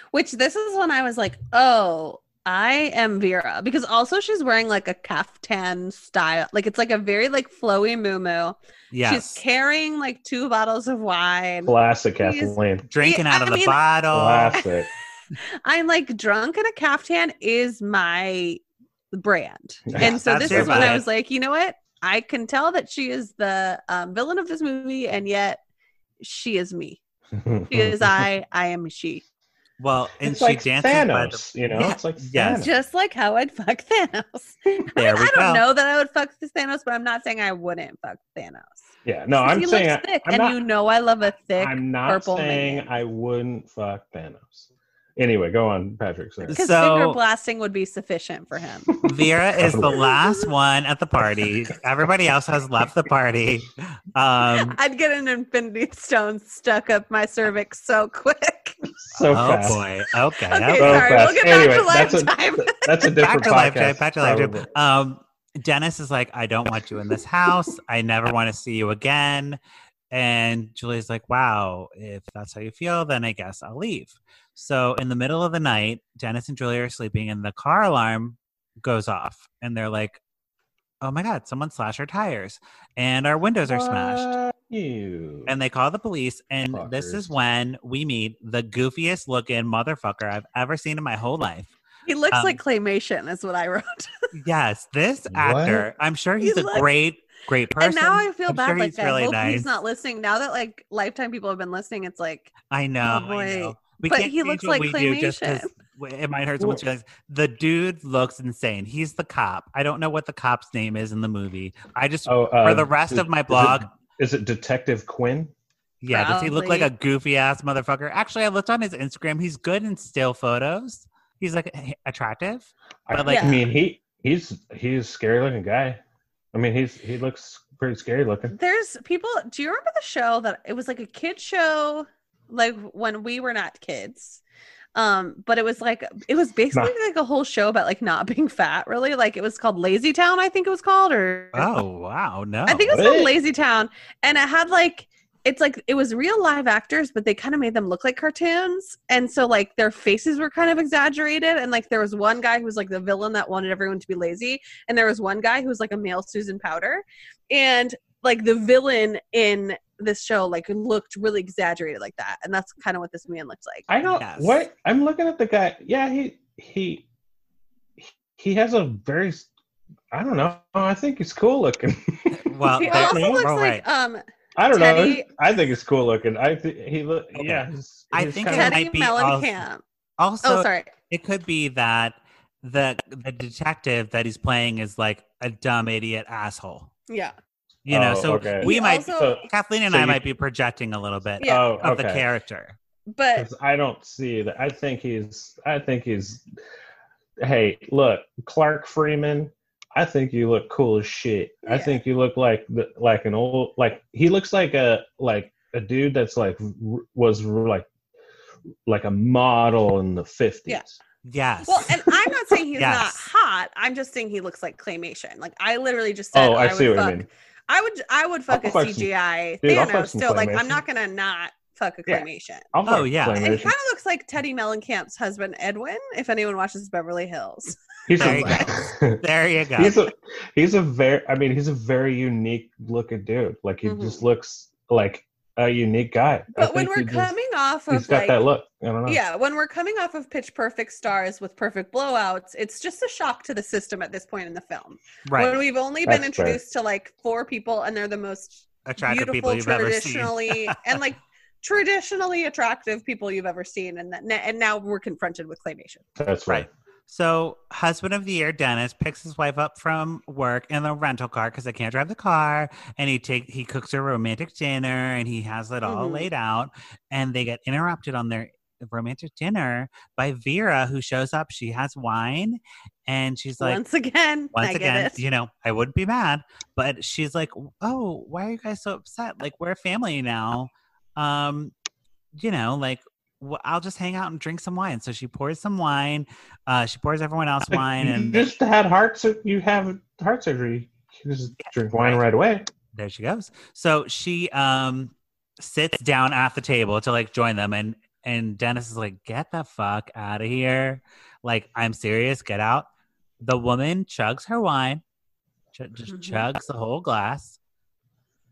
Which this is when I was like, oh, I am Vera. Because also she's wearing like a caftan style. Like, it's like a very like flowy moo
Yes.
She's carrying like two bottles of wine.
classic
He's-
Kathleen
drinking
Yeah,
out of
I
the
mean-
bottle.
classic
I'm like drunk in a caftan is my brand.
Yeah,
and so
that's
this
your
is when I
vibe.
was like, you know what? I can tell that she is the um, villain of this movie, and yet she is me. She
Hmm.
is I. I am she.
Well, and
it's
she
like
dances by the.
Thanos you know
Yeah,
it's like
yes.
Thanos.
Just like how I'd fuck Thanos.
There we
I don't
go.
know that I would fuck this Thanos, but I'm not saying I wouldn't fuck Thanos.
yeah no I'm
he
saying
looks
I,
thick,
I'm
and
not
you know I love a thick.
I'm not
purple
saying
man.
I wouldn't fuck Thanos anyway go on Patrick sorry.
Because
So-
finger blasting would be sufficient for him.
Vera is the last one at the party. Everybody else has left the party. Um,
I'd get an infinity stone stuck up my cervix so quick.
so
oh
fast
boy. Okay.
Okay,
okay.
So
sorry.
fast.
We'll get back
Anyway,
to
that's a-
lifetime.
that's a
Back
different
to life,
podcast
Jay. Back to life, Jay.
probably.
Um, Dennis is like, I don't want you in this house. I never want to see you again. And Julie's like, wow, if that's how you feel, then I guess I'll leave. So in the middle of the night, Dennis and Julie are sleeping, and the car alarm goes off. And they're like, oh my God, someone slashed our tires, and our windows are smashed.
Fuck You.
And they call the police. And this is
Fuckers.
when we meet the goofiest looking motherfucker I've ever seen in my whole life.
He looks
Um,
like claymation, is what I wrote.
Yes, this
What?
actor. I'm sure he's
He
a
looks-
great, great person.
and now I feel
I'm
bad.
sure
like
he's
I
really
hope
nice.
he's not listening. Now that like lifetime people have been listening, it's like
I know.
Oh,
I
boy.
know. We
But
can't
he
change
looks
what
like
we do just 'cause
claymation.
w- It might hurt someone's
Well-
feelings. The dude looks insane. He's the cop. I don't know what the cop's name is in the movie. I just
oh, uh,
for the rest
is-
of my
is it-
blog.
Is it Detective Quinn?
yeah, does he look like a goofy ass motherfucker? Actually, I looked on his Instagram. He's good in still photos. He's like h- attractive.
I,
But, like-
I mean, he he's he's a scary looking guy. I mean, he's he looks pretty scary looking.
there's people. Do you remember the show that it was like a kid show, like when we were not kids? Um, but it was like it was basically like a whole show about like not being fat. Really, like it was called Lazy Town, I think it was called, or
Oh wow, no.
I think it was called
What?
Lazy Town, and it had like it's like it was real live actors, but they kind of made them look like cartoons, and so like their faces were kind of exaggerated, and like there was one guy who was like the villain that wanted everyone to be lazy, and there was one guy who was like a male Susan Powder, and like the villain in this show like looked really exaggerated like that, and that's kind of what this man looks like.
I don't.
Yes.
What I'm looking at the guy. Yeah, he he he has a very. s- I don't know. I think he's cool looking.
Well,
he
there-
also
we're
looks
all right.
like um
I don't know.
Teddy-
I think he's cool looking. I th- he look.
Okay.
Yeah. he's-
I
he's
think
kinda-
it
Teddy
might be also-
Mellencamp.
also
Oh, sorry.
it could be that the the detective that he's playing is like a dumb idiot asshole.
Yeah.
You know,
Oh,
so
okay.
we
He
might
also-
So-
Kathleen and
so
I
you-
might be projecting a little bit
Yeah.
Oh,
of the
okay.
character.
But
'Cause I don't see that. I think he's. I think he's. Hey, look, Clark Freeman. I think you look cool as shit. I
Yeah.
think you look like the, like an old like he looks like a like a dude that's like r- was r- like like a model in the fifties.
Yeah.
Yes.
Well, and I'm not saying he's not
Yes.
hot. I'm just saying he looks like claymation. Like I literally just said,
Oh, I, see
would
what
fuck,
you mean.
I would, I would fuck
I'll
a
fuck some-
CGI
dude, I'll fuck
Thanos.
some
So like,
claymation.
I'm not gonna not fuck a
Yeah.
claymation.
I'm
Oh,
like,
yeah.
And he
claymation.
kind of looks like Teddy Mellencamp's husband, Edwin, if anyone watches Beverly Hills.
He's
There you
a,
There you go.
he's a he's a very I mean he's a very unique looking dude. Like he
Mhm.
just looks like a unique guy. I
But when
think
we're
he just-
coming off
he's
of
got
like
that look. I don't know.
Yeah, when we're coming off of Pitch Perfect stars with perfect blowouts, it's just a shock to the system at this point in the film. When
right.
we've only been
That's fair.
introduced to like four people and they're the most
Attractive
beautiful,
people you've ever seen.
traditionally and like traditionally attractive people you've ever seen and that and now we're confronted with claymation.
That's
Right.
right.
So, husband of the year, Dennis picks his wife up from work in the rental car because they can't drive the car, and he take he cooks her a romantic dinner, and he has it all
Mhm.
laid out, and they get interrupted on their romantic dinner by Vera, who shows up. She has wine, and she's like,
once again,
once
I
again,
get it.
you know, I wouldn't be mad, but she's like, "Oh, why are you guys so upset? Like we're a family now. Um, you know, like wh- I'll just hang out and drink some wine." So she pours some wine. Uh, she pours everyone else wine,
you
and
just had heart. sur- You have heart surgery. You just drink wine right away.
there she goes. So she um sits down at the table to like join them, and and Dennis is like, "Get the fuck out of here! Like I'm serious. Get out." The woman chugs her wine, ch- just
Mhm.
chugs the whole glass,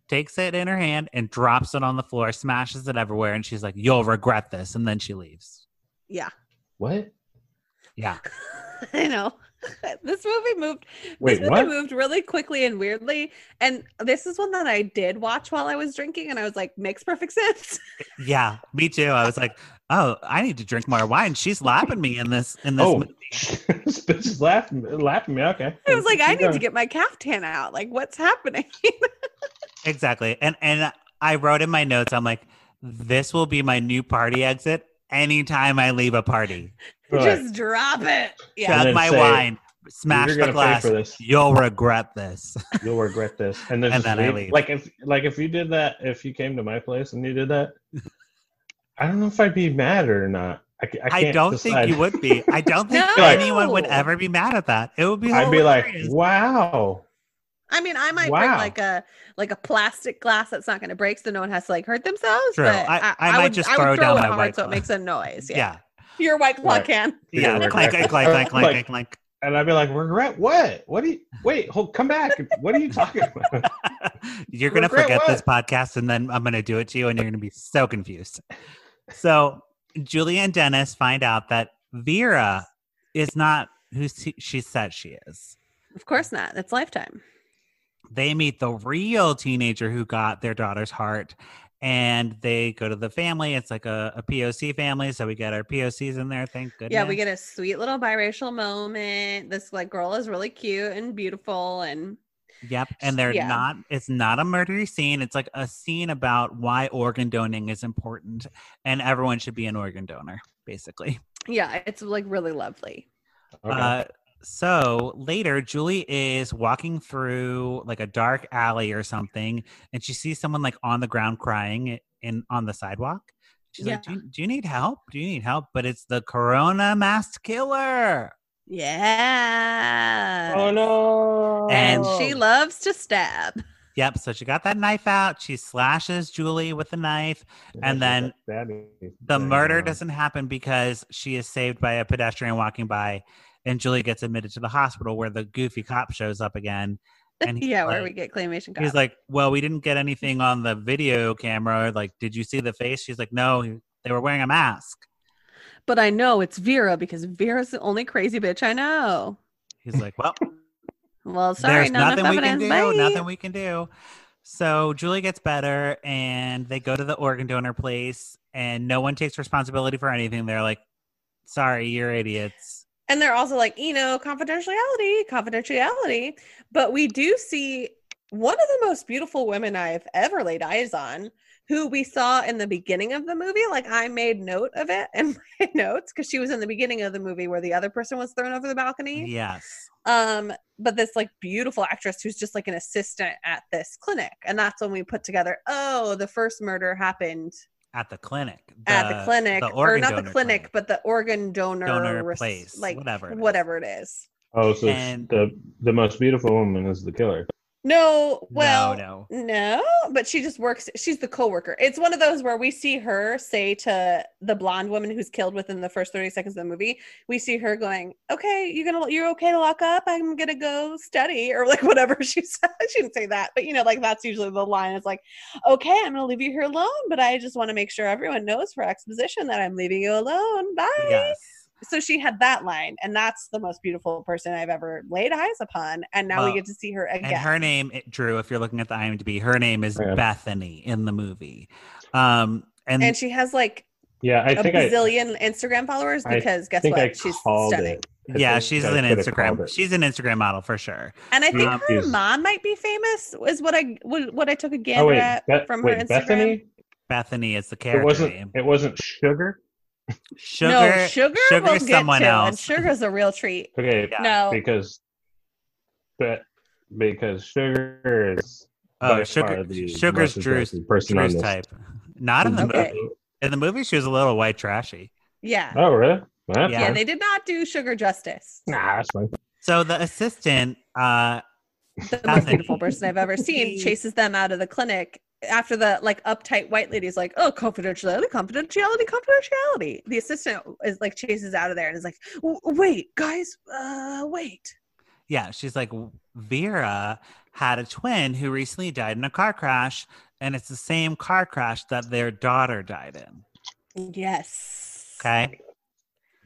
takes it in her hand, and drops it on the floor, smashes it everywhere, and she's like, "You'll regret this," and then she leaves.
Yeah.
What?
Yeah,
I know. This movie moved
Wait,
this movie
what?
moved really quickly and weirdly. And this is one that I did watch while I was drinking and I was like, makes perfect sense.
yeah, me too. I was like, "Oh, I need to drink more wine." She's lapping me in this in this.
Oh,
movie.
this bitch is laughing, laughing at me. Okay.
I was like, I need
Yeah.
to get my caftan out. Like, what's happening?
Exactly. And and I wrote in my notes, I'm like, this will be my new party exit anytime I leave a party.
Right.
Just drop it. Yeah.
And
Chug
then
my
say,
wine, smash
You're
the
gonna pay
glass.
for this.
You'll regret this.
You'll regret this. And then,
And
just
then I
leave.
leave.
Like if like if you did that, if you came to my place and you did that, I don't know if I'd be mad or not. I, c- I
I,
can't
don't
decide.
think you would be. I don't think
No.
anyone would ever be mad at that. It would be
I'd be like,
hilarious.
wow.
I mean, I might bring
Wow.
like a like a plastic glass that's not going to break, so no one has to like hurt themselves.
True.
But
I- I might just throw down
it
my
hard
White
so it
Claw.
makes a noise. Yeah,
yeah.
your white claw
Right.
can.
Yeah.
Yeah,
Clank,
regret.
clank, clank, clank, clank,
Like-
clank.
And I'd be like, regret what? What do you wait, hold come back. What are you talking about?
You're going to
Regret
forget
what?
this podcast, and then I'm going to do it to you, and you're going to be so confused. So, Julia and Dennis find out that Vera is not who she she said she is.
Of course not. That's lifetime.
They meet the real teenager who got their daughter's heart, and they go to the family. It's like a, a POC family, so we get our POCs in there. Thank goodness.
Yeah, we get a sweet little biracial moment. This like girl is really cute and beautiful, and
Yep. And they're
Yeah.
not, it's not a murdery scene. It's like a scene about why organ donating is important and everyone should be an organ donor, basically.
yeah, it's like really lovely.
Okay.
Uh, so later, Julie is walking through like a dark alley or something, and she sees someone like on the ground crying in on the sidewalk. She's like, do you, "Do you need help? Do you need help?" But it's the Corona masked killer.
Yeah.
oh no.
And
no.
she loves to stab.
Yep. So she got that knife out. She slashes Julie with the knife. and then The murder doesn't happen because she is saved by a pedestrian walking by, and Julie gets admitted to the hospital where the goofy cop shows up again. And he's
yeah, where
like-
we get claymation.
He's
cop.
like, "Well, we didn't get anything on the video camera. Like, did you see the face?" She's like, "No, he- they were wearing a mask."
but I know it's Vera because Vera's the only crazy bitch I know.
He's like, "Well,
Well, sorry,
there's
not
nothing
enough
we can
evidence.
do.
Bye.
Nothing we can do." So Julie gets better, and they go to the organ donor place, and no one takes responsibility for anything. They're like, "Sorry, you're idiots."
and they're also like, you know, confidentiality, confidentiality. But we do see one of the most beautiful women I've ever laid eyes on, who we saw in the beginning of the movie. Like I made note of it in my notes because she was in the beginning of the movie where the other person was thrown over the balcony.
Yes.
um but this like beautiful actress who's just like an assistant at this clinic and that's when we put together oh the first murder happened
At the clinic.
at the clinic
the
or
organ
not the
donor
clinic, but the organ donor,
Donor
res-
place,
like
whatever it is.
whatever it is
Oh, so it's
And-
the the most beautiful woman is the killer.
No, well, no,
no, no.
but she just works. She's the coworker. It's one of those where we see her say to the blonde woman who's killed within the first thirty seconds of the movie. We see her going, "Okay, you're gonna, you're okay to lock up. I'm gonna go study or like whatever she said. she didn't say that, but you know, like that's usually the line. It's like, "Okay, I'm gonna leave you here alone, but I just want to make sure everyone knows for exposition that I'm leaving you alone. Bye."
Yes.
so she had that line and that's the most beautiful person i've ever laid eyes upon and now
Well,
we get to see her
And
again
her name, it- Drew, if you're looking at the IMDb, her name is
Yeah.
Bethany in the movie. Um, and,
and she has like
Yeah, I
a
think I,
bazillion instagram followers
I
because
I
guess
think
what
I
she's
called
stunning
it. I
yeah,
think
she's
I
an
coulda called
Instagram.
it.
She's an Instagram model for sure.
and i think
Um,
her
is-
mom might be famous is what i what, what i took a gander
Oh wait,
at
Be-
from her
wait,
instagram
Bethany.
Bethany is the
It
character
wasn't.
name.
It wasn't sugar.
Sugar,
no sugar,
Sugar's
we'll
someone
get to, and
else.
sugar's a real treat
Okay,
Yeah.
no
because, but because sugar is
oh,
by far
sugar,
the
sugar's
most
Drew's,
attractive person on
Drew's
this.
type. Not in the
Okay.
movie. In the movie, she was a little white trashy.
yeah
Oh really? Well, that's
Yeah.
yeah,
fine.
they did not do sugar justice
Nah, that's fine.
So the assistant, uh,
the most
Nothing.
beautiful person I've ever seen chases them out of the clinic after the like uptight white lady's like, oh, confidentiality, confidentiality, confidentiality. The assistant is like chases out of there and is like, "W- wait, guys, uh, wait.
yeah, she's like Vera had a twin who recently died in a car crash, and it's the same car crash that their daughter died in.
Yes.
Okay,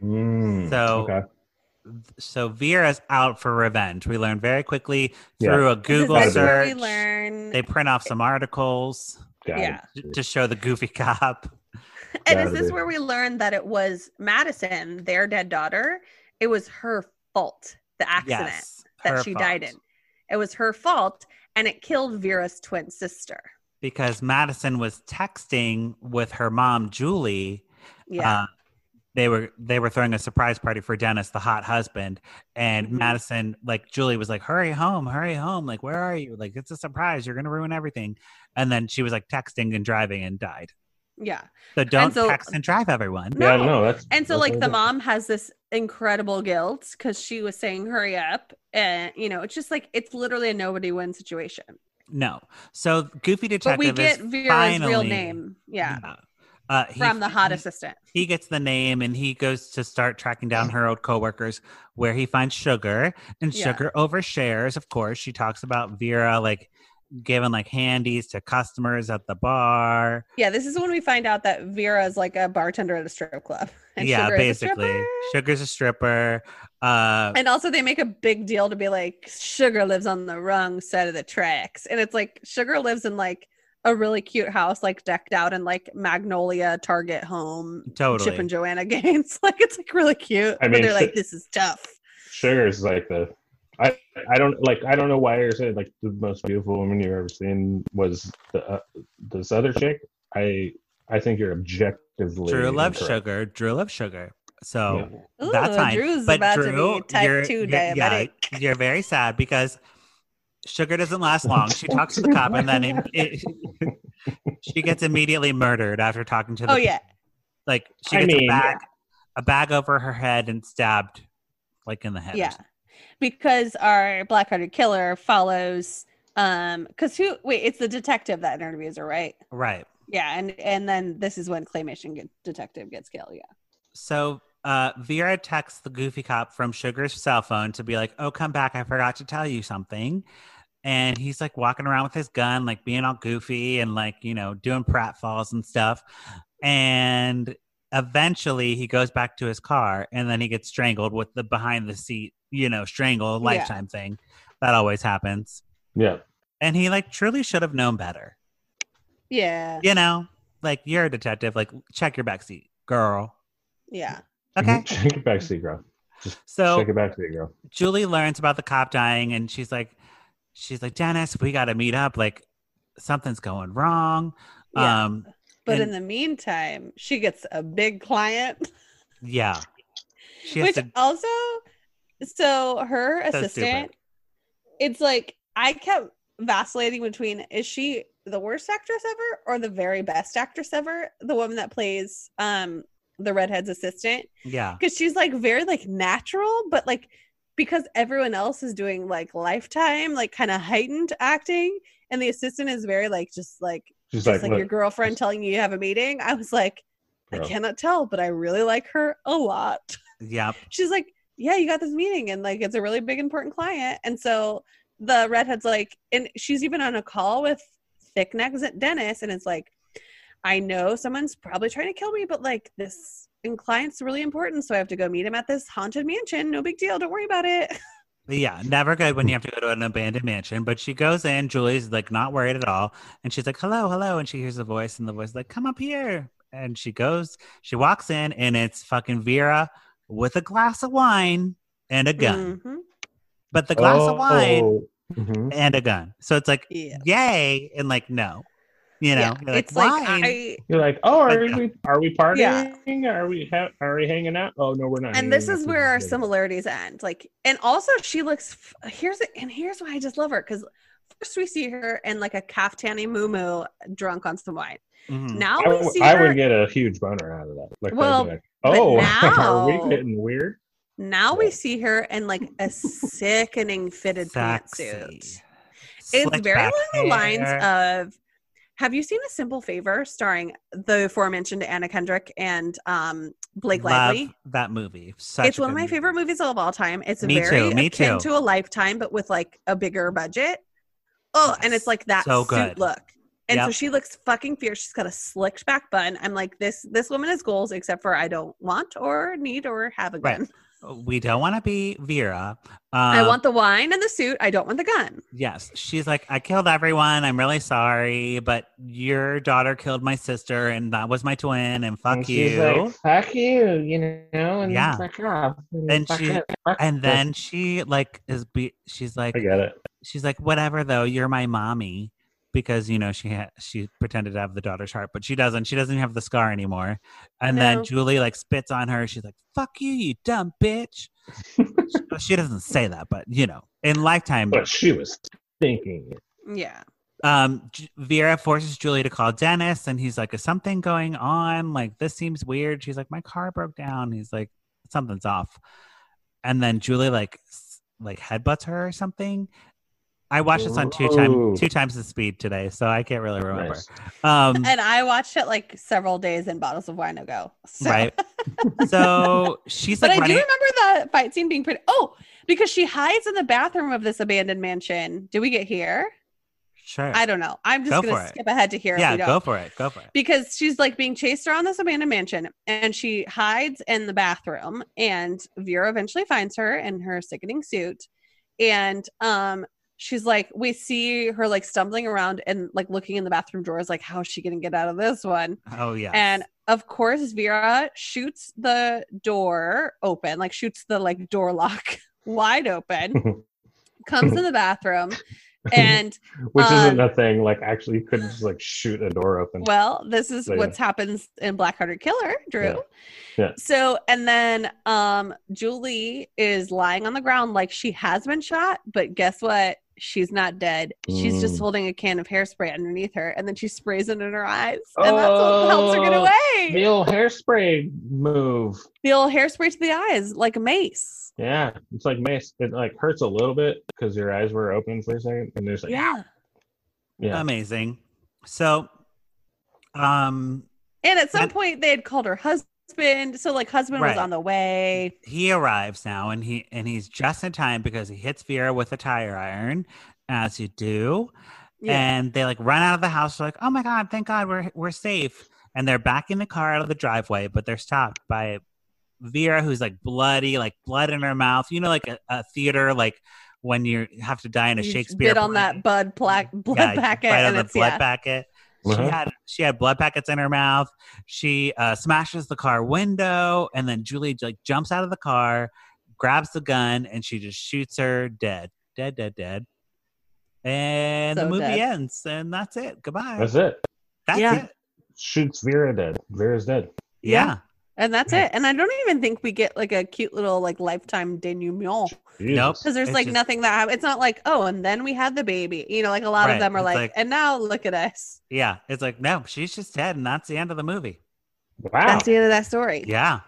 Mm,
So-
okay.
so Vera's out for revenge. We learn very quickly
Yeah.
through a
This is
Google
Gotta
like
be.
where
search.
we learn.
They print off some articles
got it.
yeah.
to show the goofy cop.
And
Gotta
is this
be.
where we learn that it was Madison, their dead daughter? It was her fault, the accident
Yes,
that
her
she
fault.
died in. It was her fault, and it killed Vera's twin sister.
because Madison was texting with her mom Julie.
Yeah.
Uh, they were they were throwing a surprise party for Dennis, the hot husband, and
Mhm.
Madison like Julie was like, "Hurry home, hurry home! Like, where are you? Like, it's a surprise. You're gonna ruin everything." And then she was like texting and driving and died.
yeah.
So don't
so-
text and drive, everyone.
Yeah,
No.
no, that's
And so,
that's
like,
what
the
I did.
mom has this incredible guilt because she was saying, hurry up. And, you know, it's just like, it's literally a nobody win situation.
No. So Goofy Detective
But we get
is
Vera's
finally,
real name. Yeah.
Uh, he-
From the hot
he-
assistant.
he gets the name and he goes to start tracking down her old coworkers where he finds sugar and
Yeah.
sugar overshares of course she talks about vera like giving like handies to customers at the bar
Yeah. This is when we find out that Vera's like a bartender at a strip club. And
yeah
Sugar is a
basically
stripper.
sugar's a stripper uh
And also, they make a big deal to be like, Sugar lives on the wrong side of the tracks. And it's like, Sugar lives in like a really cute house, like decked out in like Magnolia Target home
totally
Chip and Joanna Gaines. Like it's like really cute.
I
but
mean,
they're
sh-
like, this is tough.
Sugar is like the I I don't like I don't know why you're saying like the most beautiful woman you've ever seen was the uh, this other chick. I I think you're objectively
drew loves
incorrect.
sugar drew loves sugar so
Ooh,
that's fine
Drew's
but
about
drew
to be type
you're,
2
you're-
diabetic.
yeah, you're very sad because sugar doesn't last long she talks to the cop and then it, it, she gets immediately murdered after talking to the
Oh yeah.
like she
I
gets
mean,
a bag a bag over her head and stabbed like in the head. or
Yeah.
something.
Because our black hearted killer follows um because who wait, it's the detective that interviews her, right?
Right.
Yeah, and and then this is when claymation get, detective gets killed. Yeah.
So uh, Vera texts the goofy cop from Sugar's cell phone to be like, "Oh, come back! I forgot to tell you something." And he's like walking around with his gun, like being all goofy and like you know doing pratfalls and stuff. And eventually, he goes back to his car, and then he gets strangled with the behind the seat, you know, strangle
Yeah.
lifetime thing. That always happens.
Yeah.
And he like truly should have known better.
Yeah.
you know, like you're a detective, like check your backseat, girl.
Yeah.
Okay.
Check it back, Seagrove.
So
Mm-hmm. Check it back, Seagrove.
Julie learns about the cop dying and she's like, she's like, Dennis, we got to meet up. Like something's going wrong.
Yeah.
Um,
but in
and-
the meantime, she gets a big client.
yeah. She has
Which
to,
also, so her
So
assistant, it's like I kept vacillating between is she the worst actress ever or the very best actress ever? The woman that plays um the redhead's assistant
yeah.
because she's like very like natural, but like because everyone else is doing like lifetime, like kind of heightened acting, and the assistant is very like just like
She's like,
just like, your
look,
girlfriend telling you you have a meeting. I was like, I
bro,
cannot tell, but I really like her a lot.
Yep.
she's like, "Yeah, you got this meeting, and like it's a really big important client." And so the redhead's like, and she's even on a call with thick necks at Dennis, and it's like, "I know someone's probably trying to kill me, but like this." And client's really important, so I have to go meet him at this haunted mansion. No big deal. Don't worry about it.
But yeah, never good when you have to go to an abandoned mansion. But she goes in, Julie's like not worried at all. And she's like, hello, hello. And she hears a voice, and the voice is like, come up here. And she goes, she walks in, and it's fucking Vera with a glass of wine and a gun.
Mhm.
But the glass of wine
oh, mhm.
and a gun. So it's like,
Yeah.
yay, and like, no. You know,
Yeah.
you're like,
it's like
wine.
I,
You're like, oh, are
Like,
we are we partying?
Yeah.
Are we ha- are we hanging out? Oh no, we're not.
and this
hanging out.
is where our
Yeah.
similarities end like and also she looks f- here's and here's why i just love her because first we see her in like a kaftani mumu drunk on some wine
Mhm.
now
I,
we
w-
see
I
her
would get a huge boner out of that. Like, I'd be
Well,
like,
but
oh, are
now-
we getting weird?
now we see her in like a sickening fitted pantsuit
Sexy.
it's
Slick
very
back
along the lines
hair.
of have you seen a simple favor starring the aforementioned anna kendrick and um blake
Love
lively
that movie. Such
it's
a
one of
good
my
movie.
favorite movies of all time. It's
Me
very
too, me
akin
too.
to a lifetime, but with like a bigger budget. Oh, and
Yes,
it's like that
so
suit
good.
look. And so
Yep.
she looks fucking fierce. She's got a slicked back bun. I'm like, this this woman has goals, except for I don't want or need or have a
Right.
gun.
Oh, We don't want to be Vera. Um,
I want the wine and the suit. I don't want the gun.
Yes, she's like, I killed everyone. I'm really sorry, but your daughter killed my sister, and that was my twin, and fuck
And she's
you.
like, fuck you, you know, and
Yeah.
fuck off. And,
And
fuck
she-
it, fuck
and
it."
then she like is be she's like
I get it.
she's like whatever though you're my mommy because you know she ha- she pretended to have the daughter's heart but she doesn't she doesn't have the scar anymore and
No.
then Julie like spits on her she's like fuck you you dumb bitch she, she doesn't say that but you know in lifetime
But she was thinking. it.
Yeah.
um J- vera forces julie to call dennis and he's like is something going on like this seems weird she's like my car broke down he's like something's off and then julie like s- like headbutts her or something i watched this on two
Ooh.
times two times the speed today so i can't really remember
Nice.
um
And I watched it like several days in bottles of wine ago. So.
right so she's
But
like
I do
running
remember that fight scene being pretty. Oh, because she hides in the bathroom of this abandoned mansion. Do we get here?
sure
I don't know. I'm just
Go for
gonna
it.
skip ahead to here. if
yeah
we don't.
go for it go for it
Because she's like being chased around this abandoned mansion, and she hides in the bathroom. And Vera eventually finds her in her sickening suit, and um, she's like, we see her like stumbling around and like looking in the bathroom drawers, like how's she gonna get out of this one?
oh yeah
And of course, Vera shoots the door open, like shoots the like door lock wide open. comes in the bathroom, and
Which isn't
Um,
a thing. Like, actually, you couldn't just like shoot a door open.
Well, this is
So, yeah.
what's happens in Blackhearted Killer, Drew.
Yeah. Yeah.
So, and then um Julie is lying on the ground like she has been shot, but guess what? She's not dead. She's just
Mm.
holding a can of hairspray underneath her, and then she sprays it in her eyes, and that's what helps her get
Oh.
away.
the old hairspray move.
The old hairspray to the eyes, like a mace.
Yeah, it's like mace. It like hurts a little bit because your eyes were open for a second, and there's like, yeah,
"Ah."
Yeah, Um,
amazing so um
and at some
And-
point they had called her husband, so like husband was
Right.
on the way.
he arrives now and he and he's just in time because he hits Vera with a tire iron as you do
Yeah,
and they like run out of the house they're like oh my god thank god we're we're safe and they're backing the car out of the driveway but they're stopped by Vera who's like bloody like blood in her mouth you know like a, a theater like when you have to die in a
You
Shakespeare
bit on
play.
that bud plaque blood
Yeah, you
packet,
bite on
and
the
it's
blood
yeah.
packet she
Uh-huh.
had she had blood packets in her mouth. She uh, smashes the car window, and then Julie like jumps out of the car, grabs the gun, and she just shoots her dead, dead, dead, dead. And the
So
movie
dead.
ends, and that's it. Goodbye.
that's
That's,
it.
Yeah.
it.
Shoots Vera dead. Vera's dead.
Yeah.
Yeah. And that's it. And I don't even think we get like a cute little like lifetime denouement
Nope.
Jesus.
because there's
It's
like
just-
nothing that hap- it's not like oh and then we had the baby you know like a lot
Right.
of them are
It's
like,
like-
and now look at us
yeah, It's like no, she's just dead, and that's the end of the movie.
Wow.
that's the end of that story.
Yeah,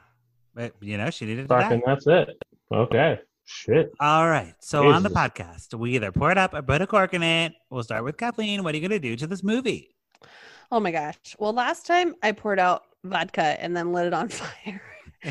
but, you know she needed to die.
Fucking that's it. Okay. Shit.
All right. So on the
Jesus.
podcast, we either pour it up or put a cork in it. We'll start with Kathleen. What are you going to do to this movie?
Oh my gosh. Well, last time I poured out vodka and then lit it on fire.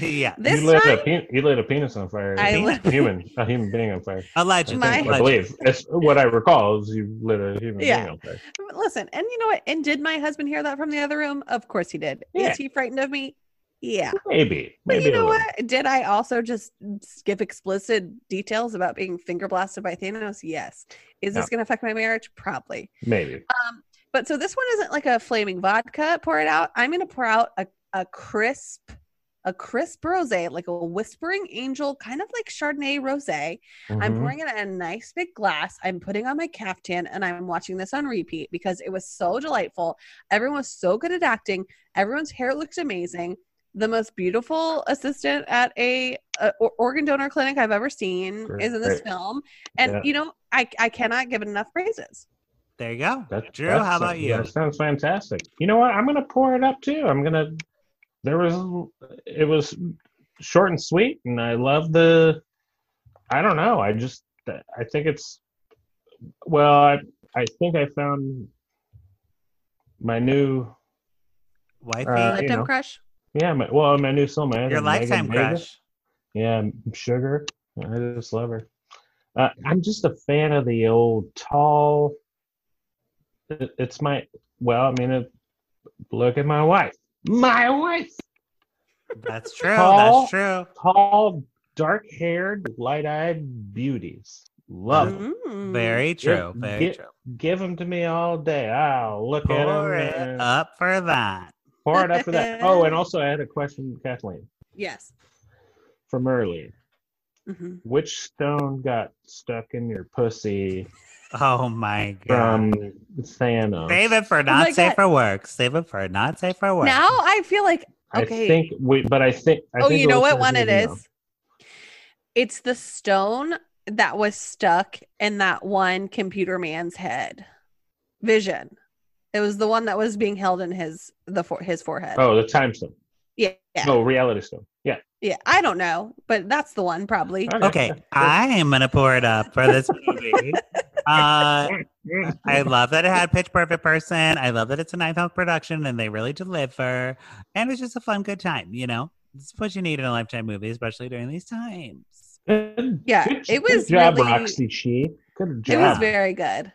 yeah.
This
you lit
time,
a pe- you lit a penis on fire.
I
lit-
a human, a human being on fire.
Allegedly.
My-
I
allegedly.
believe that's what I recall is you lit a human
Yeah.
being on fire.
listen, and you know what? And did my husband hear that from the other room? Of course he did.
Yeah.
Is he frightened of me? Yeah.
Maybe,
But
maybe
you
a
know
little.
what? Did I also just skip explicit details about being finger blasted by Thanos? Yes. Is this going to affect my marriage? Probably.
Maybe.
Uh, But so this one isn't like a flaming vodka. Pour it out. I'm going to pour out a, a crisp, a crisp rosé, like a whispering angel, kind of like Chardonnay rosé. I'm
Mhm.
pouring it in a nice big glass. I'm putting on my caftan and I'm watching this on repeat because it was so delightful. Everyone was so good at acting. Everyone's hair looked amazing. The most beautiful assistant at a, a or- organ donor clinic I've ever seen
Great,
is in this
great.
film, and
Yeah.
you know I I cannot give it enough praises.
There you go.
That-
Drew,
that
how
sounds-
about you?
That sounds fantastic. You know what? I'm gonna pour it up too. I'm gonna. There was, it was short and sweet, and I love the. I don't know. I just. I think it's. Well, I I think I found. My new
Wifey,
Uh, you
Lifetime
know.
crush.
yeah, my, well, my new soulmate.
your
Megan
lifetime
Vega.
crush.
Yeah, sugar. I just love her. Uh, I'm just a fan of the old tall. it- It's my well. I mean, it, look at my wife. My wife,
That's true.
Tall.
That's true.
tall, dark-haired, light-eyed beauties. Love
Mm-hmm.
'em.
Mm.
Very true. Very
get-
true.
Give them to me all day. I'll look at
Pour
them.
it up for that.
Pour it up for that. Oh, and also, I had a question, Kathleen,
yes.
from earlier.
hmm
Which stone got stuck in your pussy
Oh my god.
from Thanos?
Save it for not
Oh my
safe
God.
for work. Save it for not safe for work.
Now I feel like
I
Okay.
think we, but I think. I
oh,
think
you know what
listeners
one it
need
is?
to know.
It's the stone that was stuck in that one computer man's head. Vision. It was the one that was being held in his the for, his forehead.
Oh, the time stone.
Yeah, yeah,
Oh, reality stone. Yeah.
yeah. I don't know, but that's the one probably.
Okay, I am gonna pour it up for this movie. Uh, I love that it had Pitch Perfect person. I love that it's a ninth health production and they really deliver. And it's just a fun, good time. You know, it's what you need in a lifetime movie, especially during these times.
Good-
Yeah,
good-
it was
good job,
really-
Roxy Chi. Good
It
job.
was very good.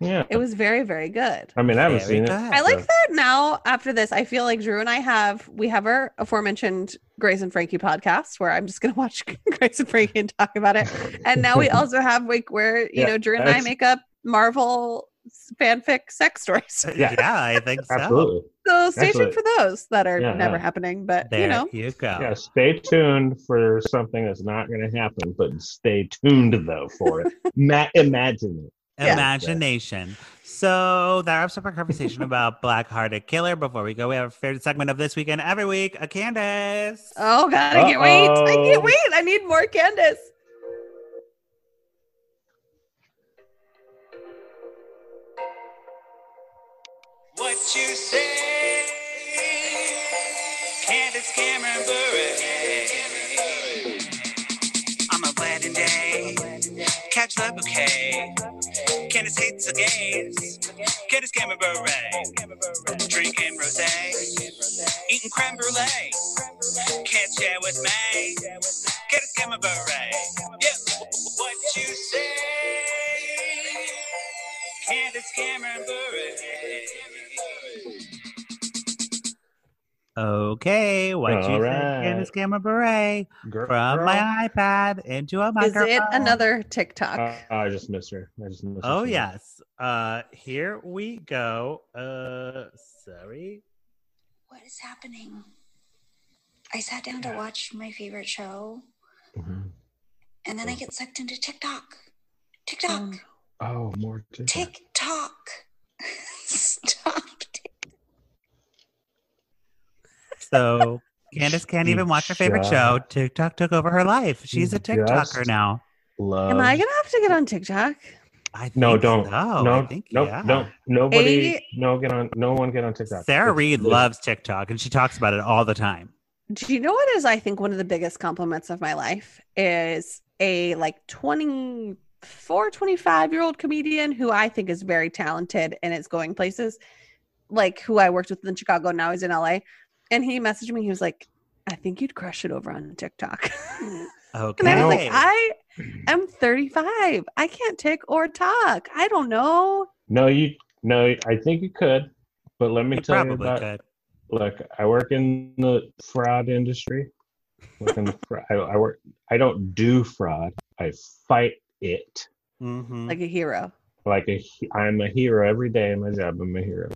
yeah.
It was very very good.
I mean, I haven't
Very
seen it.
good.
I like
so-
that now after this I feel like Drew and I have we have our aforementioned Grace and Frankie podcast where I'm just going to watch Grace and Frankie and talk about it. And now we also have like where you
Yeah,
know Drew and I
that's-
make up Marvel s- fanfic sex stories.
Uh, Yeah,
Yeah.
I think so.
Absolutely.
So stay
Excellent.
tuned for those that are
Yeah,
never
yeah.
happening, but
There
you know.
go.
Yeah. Stay tuned for something that's not going to happen, but stay tuned though for it. Ma- imagine it. Yeah.
Imagination. So that wraps up our conversation about Black Hearted Killer. Before we go, we have a favorite segment of this weekend every week. A Candace.
Oh god, I can't wait. I
Uh-oh.
can't wait. I need more Candace.
What you say, Candace Cameron Bure. I'm a glad today. Catch the bouquet. Candace hates the gays. Candace Cameron Bure. Drinking rosé. Eating creme brulee. Can't share with me. Candace Cameron Bure. Yeah. What you say, Candace Cameron Bure.
Okay, what you
All
say,
right.
Candace Cameron Bure?
Girl-
From
girl.
my iPad into a
Is
microphone.
it another TikTok?
Uh, I just missed her. I just missed her
Oh
so much.
yes. Uh, here we go. Uh, sorry.
What is happening? I sat down to watch my favorite show,
Mhm.
and then I get sucked into TikTok. TikTok.
Oh, no.
Oh, more. TikTok.
TikTok. Stop.
So Candace can't
You
even watch her favorite show. TikTok took over her life. She's a TikToker
just-
now.
Love.
Am I going to have to get on TikTok?
I think
No, don't.
So.
no,
Oh, I think,
no,
yeah.
no. Nobody.
Eighty-
No, get on. No one get on TikTok.
Sarah
It's-
Reed
it's-
loves TikTok and she talks about it all the time.
Do you know what is I think one of the biggest compliments of my life is a like 24, 25 year old comedian who I think is very talented and is going places, like who I worked with in Chicago, now he's in LA. And he messaged me, he was like, I think you'd crush it over on TikTok.
Okay.
and I was
No.
like, I am 35. I can't tick or talk. I don't know.
No, you no, I think you could, but let me
you
tell you
probably
about
could.
look i work in the fraud industry Work in the fra- I, I work i don't do fraud i fight it
Mm-hmm.
Like a hero.
like a, he- i'm a hero every day in my job i'm a hero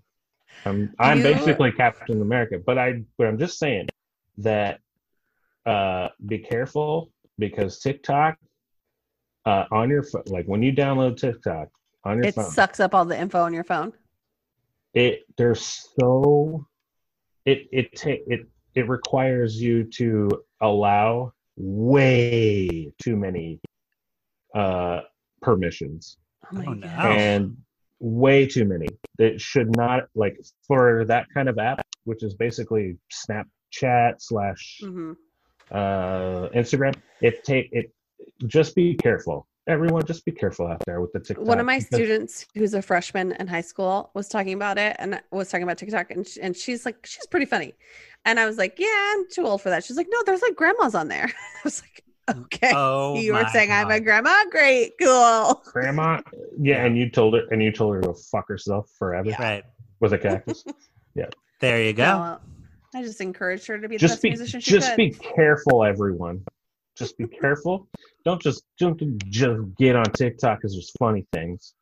i'm, I'm
You-
basically captain america but i but i'm just saying that uh be careful because tiktok uh on your phone like when you download tiktok on your
It
phone
sucks up all the info on your phone.
it there's so it it ta- it it requires you to allow way too many uh permissions
Oh my
Oh,
God.
no.
and way too many that should not like for that kind of app which is basically snapchat slash
Mhm.
uh instagram it take it just be careful everyone just be careful out there with the tiktok
One of my
because-
students who's a freshman in high school was talking about it and was talking about TikTok and, sh- and she's like, she's pretty funny. And I was like, yeah, I'm too old for that. She's like, no, there's like grandmas on there. I was like, okay.
Oh,
you were
my
saying I'm a
God.
grandma? Great. Cool.
grandma yeah and you told her and you told her to fuck herself forever
Right.
with a cactus.
There you go.
No, I just encouraged her to be the
just
best
be
musician she
just
could.
be careful, everyone. Just be careful. Don't just don't just get on TikTok because there's funny things.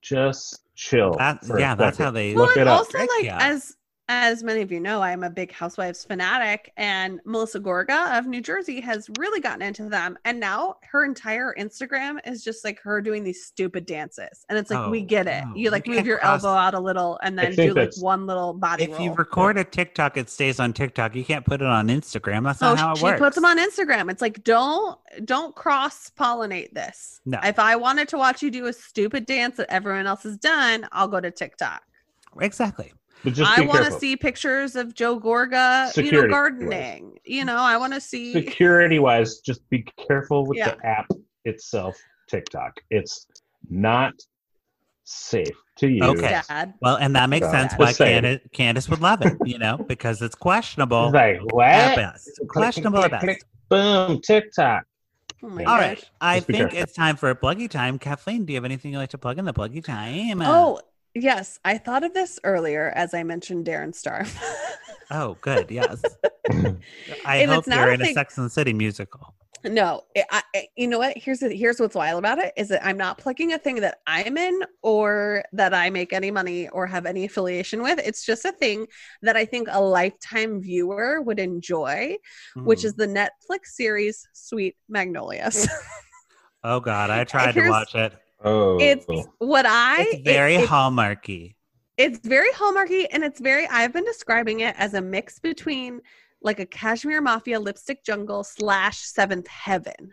Just chill.
That's
for a
yeah, that's
second.
how they
Look
well,
it
and
up.
also
Heck
like
yeah.
as as many of you know, I'm a big Housewives fanatic, and Melissa Gorga of New Jersey has really gotten into them. And now her entire Instagram is just like her doing these stupid dances, and it's like we
Oh,
get it.
no.
You like
You
move
can't
your
cross-
elbow out a little, and
I
then
think
do like
that's-
one little body
If you
roll.
record a TikTok, it stays on TikTok. You can't put it on Instagram. That's not
oh,
how it
she
works.
puts them on Instagram. It's like don't don't cross pollinate this.
No.
If I wanted to watch you do a stupid dance that everyone else has done, I'll go to TikTok.
Exactly.
But just
I
be
want to
careful.
see pictures of Joe Gorga, you know,
Security.
gardening. You know, I want to see.
Security wise, just be careful with
Yeah.
the app itself, TikTok. It's not safe to use.
Okay.
Dad.
Well, and that makes
So,
sense
just
why
saying.
Candace, Candace would love it, you know, because it's questionable
It's like
at
what?
best. Questionable at
click,
best.
click. Boom, TikTok.
Oh my
All
gosh.
right. I
Let's be
think
careful.
it's time for pluggy time. Kathleen, do you have anything you'd like to plug in the pluggy time? Uh,
Oh, yes. I thought of this earlier as I mentioned Darren Star.
Oh, good. Yes. I
And it's
hope
not
you're
a
in a
thing-
Sex and the City musical.
no, I, I- you know what? Here's the, here's what's wild about it is that I'm not plugging a thing that I'm in or that I make any money or have any affiliation with. It's just a thing that I think a lifetime viewer would enjoy, which
Hmm.
is the Netflix series Sweet Magnolias.
Oh God, I tried to
here's-
watch it.
Oh,
it's what I
It's very
it- it-
hallmarky.
it's very hallmarky and it's very I've been describing it as a mix between like a cashmere mafia lipstick jungle slash seventh heaven.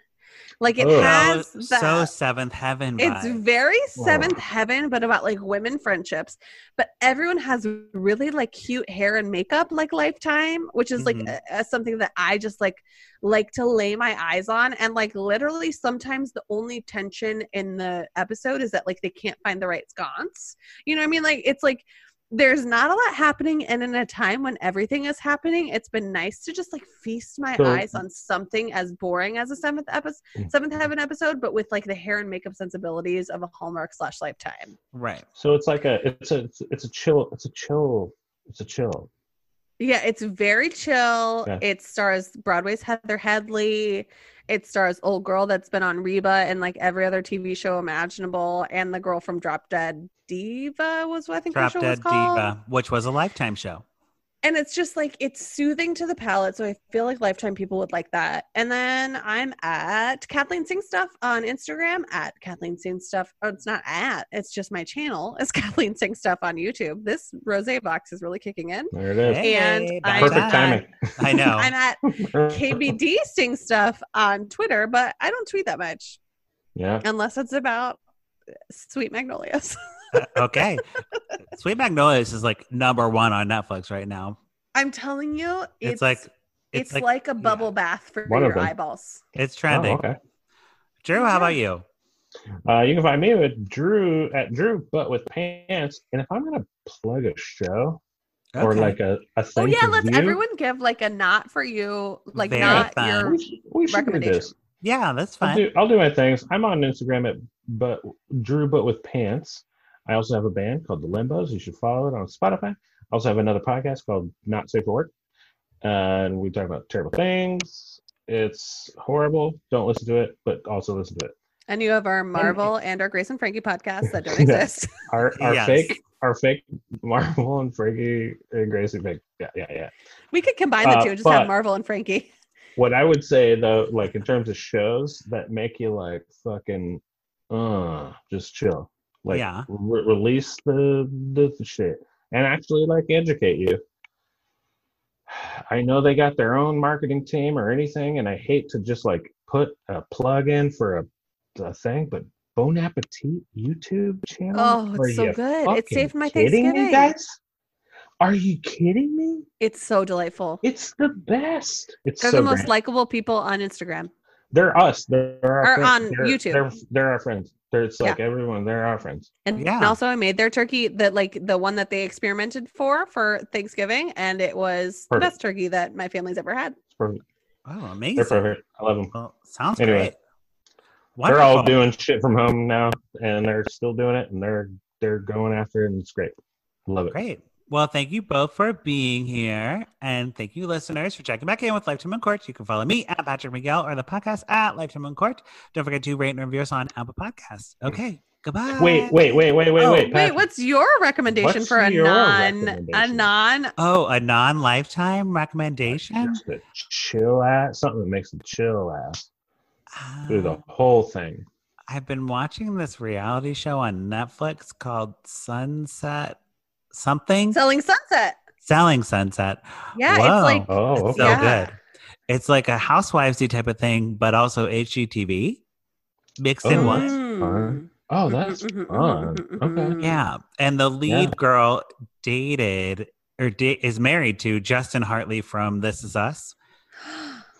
Like it
Oh.
So,
has
so
that
seventh heaven.
it's
vibe.
very
Oh.
seventh heaven, but about like women friendships. But everyone has really like cute hair and makeup, like Lifetime, which is like
Mhm.
a- a- something that I just like like to lay my eyes on. And like literally, sometimes the only tension in the episode is that like they can't find the right sconce. You know what I mean? Like it's like there's not a lot happening, and in a time when everything is happening, it's been nice to just like feast my
So- Mm.
eyes on something as boring as a seventh episode seventh heaven episode, but with like the hair and makeup sensibilities of a Hallmark slash Lifetime.
right.
So it's like a it's a it's- it's a chill it's a chill it's a chill.
Yeah, it's very chill.
Yeah.
It stars Broadway's Heather Headley. It stars old girl that's been on Reba and like every other TV show imaginable, and the girl from Drop Dead Diva was what I think
Drop
the show
Dead
was called.
Diva, which was a lifetime show.
and it's just like it's soothing to the palate so i feel like lifetime people would like that and then i'm at kathleen sing stuff on instagram at kathleen sing stuff oh it's not at it's just my channel it's kathleen sing stuff on youtube this rose box is really kicking in
There it is.
Hey,
And
bye,
I-
Perfect
bye.
timing.
I know.
i'm at kbd sing stuff on twitter but i don't tweet that much
Yeah. Oh,
unless it's about sweet magnolias
okay. Sweet Magnolias is like number one on Netflix right now.
i'm telling you
It's, like
It's, like, a bubble bath for
One of
your
them.
eyeballs.
It's
Oh,
trending.
okay.
Drew, how about you?
Uh, you can find me with Drew at Drew, but with pants. And if I'm gonna plug a show or
Okay.
like a, a thing,
oh yeah,
to
let's
view,
everyone give like a not for you, like
Very
not
fun.
your.
we should, we should do
recommendation.
this.
yeah, that's
I'll
fine.
do, I'll do my things. I'm on Instagram at but Drew but with pants. I also have a band called The Limbos. You should follow it on Spotify. I also have another podcast called Not Safe for Work, Uh, and we talk about terrible things. It's horrible. Don't listen to it, but also listen to it.
And you have our Marvel and our Grace and Frankie podcasts that don't
Yeah.
exist.
Our our
Yes.
fake our fake Marvel and Frankie and Gracie fake. Yeah, yeah, yeah.
We could combine the
Uh,
two, just
but-
have Marvel and Frankie.
What I would say though, like in terms of shows that make you like fucking, uh, just chill. Like
Yeah.
re- release the the shit and actually like educate you. I know they got their own marketing team or anything, and I hate to just like put a plug in for a, a thing, but Bon Appetit YouTube channel.
Oh,
Are
it's so
you
good. It
fucking
saved my
kidding me,
Thanksgiving.
guys? Are you kidding me?
It's so delightful.
It's the best. It's
They're
so
the most
great.
likable people on Instagram.
They're us. They're our
Or
friends.
on
they're,
YouTube.
They're, they're our friends. They're, it's like everyone. They're our friends.
And
Yeah.
also I made their turkey that like the one that they experimented for for Thanksgiving and it was the
Perfect.
best turkey that my family's ever had.
It's perfect.
Oh,
They're
amazing.
perfect. I love them.
Well, sounds
Anyway.
great. Wonderful.
They're all doing shit from home now, and they're still doing it, and they're they're going after it, and it's great. I love it.
Great. Well, thank you both for being here. And thank you, listeners, for checking back in with Lifetime on Court. You can follow me at Patrick Miguel or the podcast at Lifetime on Court. Don't forget to rate and review us on Apple Podcasts. Okay. Goodbye.
Wait, wait, wait, wait, wait,
Oh,
wait.
Wait,
Patrick.
what's your recommendation
What's
for a
your
non a
recommendation?
non
Oh, a non lifetime recommendation?
Just a chill ass. Something that makes them chill ass through
Uh,
the whole thing.
I've been watching this reality show on Netflix called Sunset something
selling sunset?
selling sunset
Yeah,
Wow.
it's like
Oh,
it's
okay.
so
Yeah.
good it's like a housewivesy type of thing but also hgtv mixed in
Oh.
one
Mm.
fun. Oh, that's
Mhm, mhm,
fun.
mhm, mhm,
Okay.
mhm.
Yeah, and the lead
Yeah.
girl dated or da- is married to Justin Hartley from This Is Us,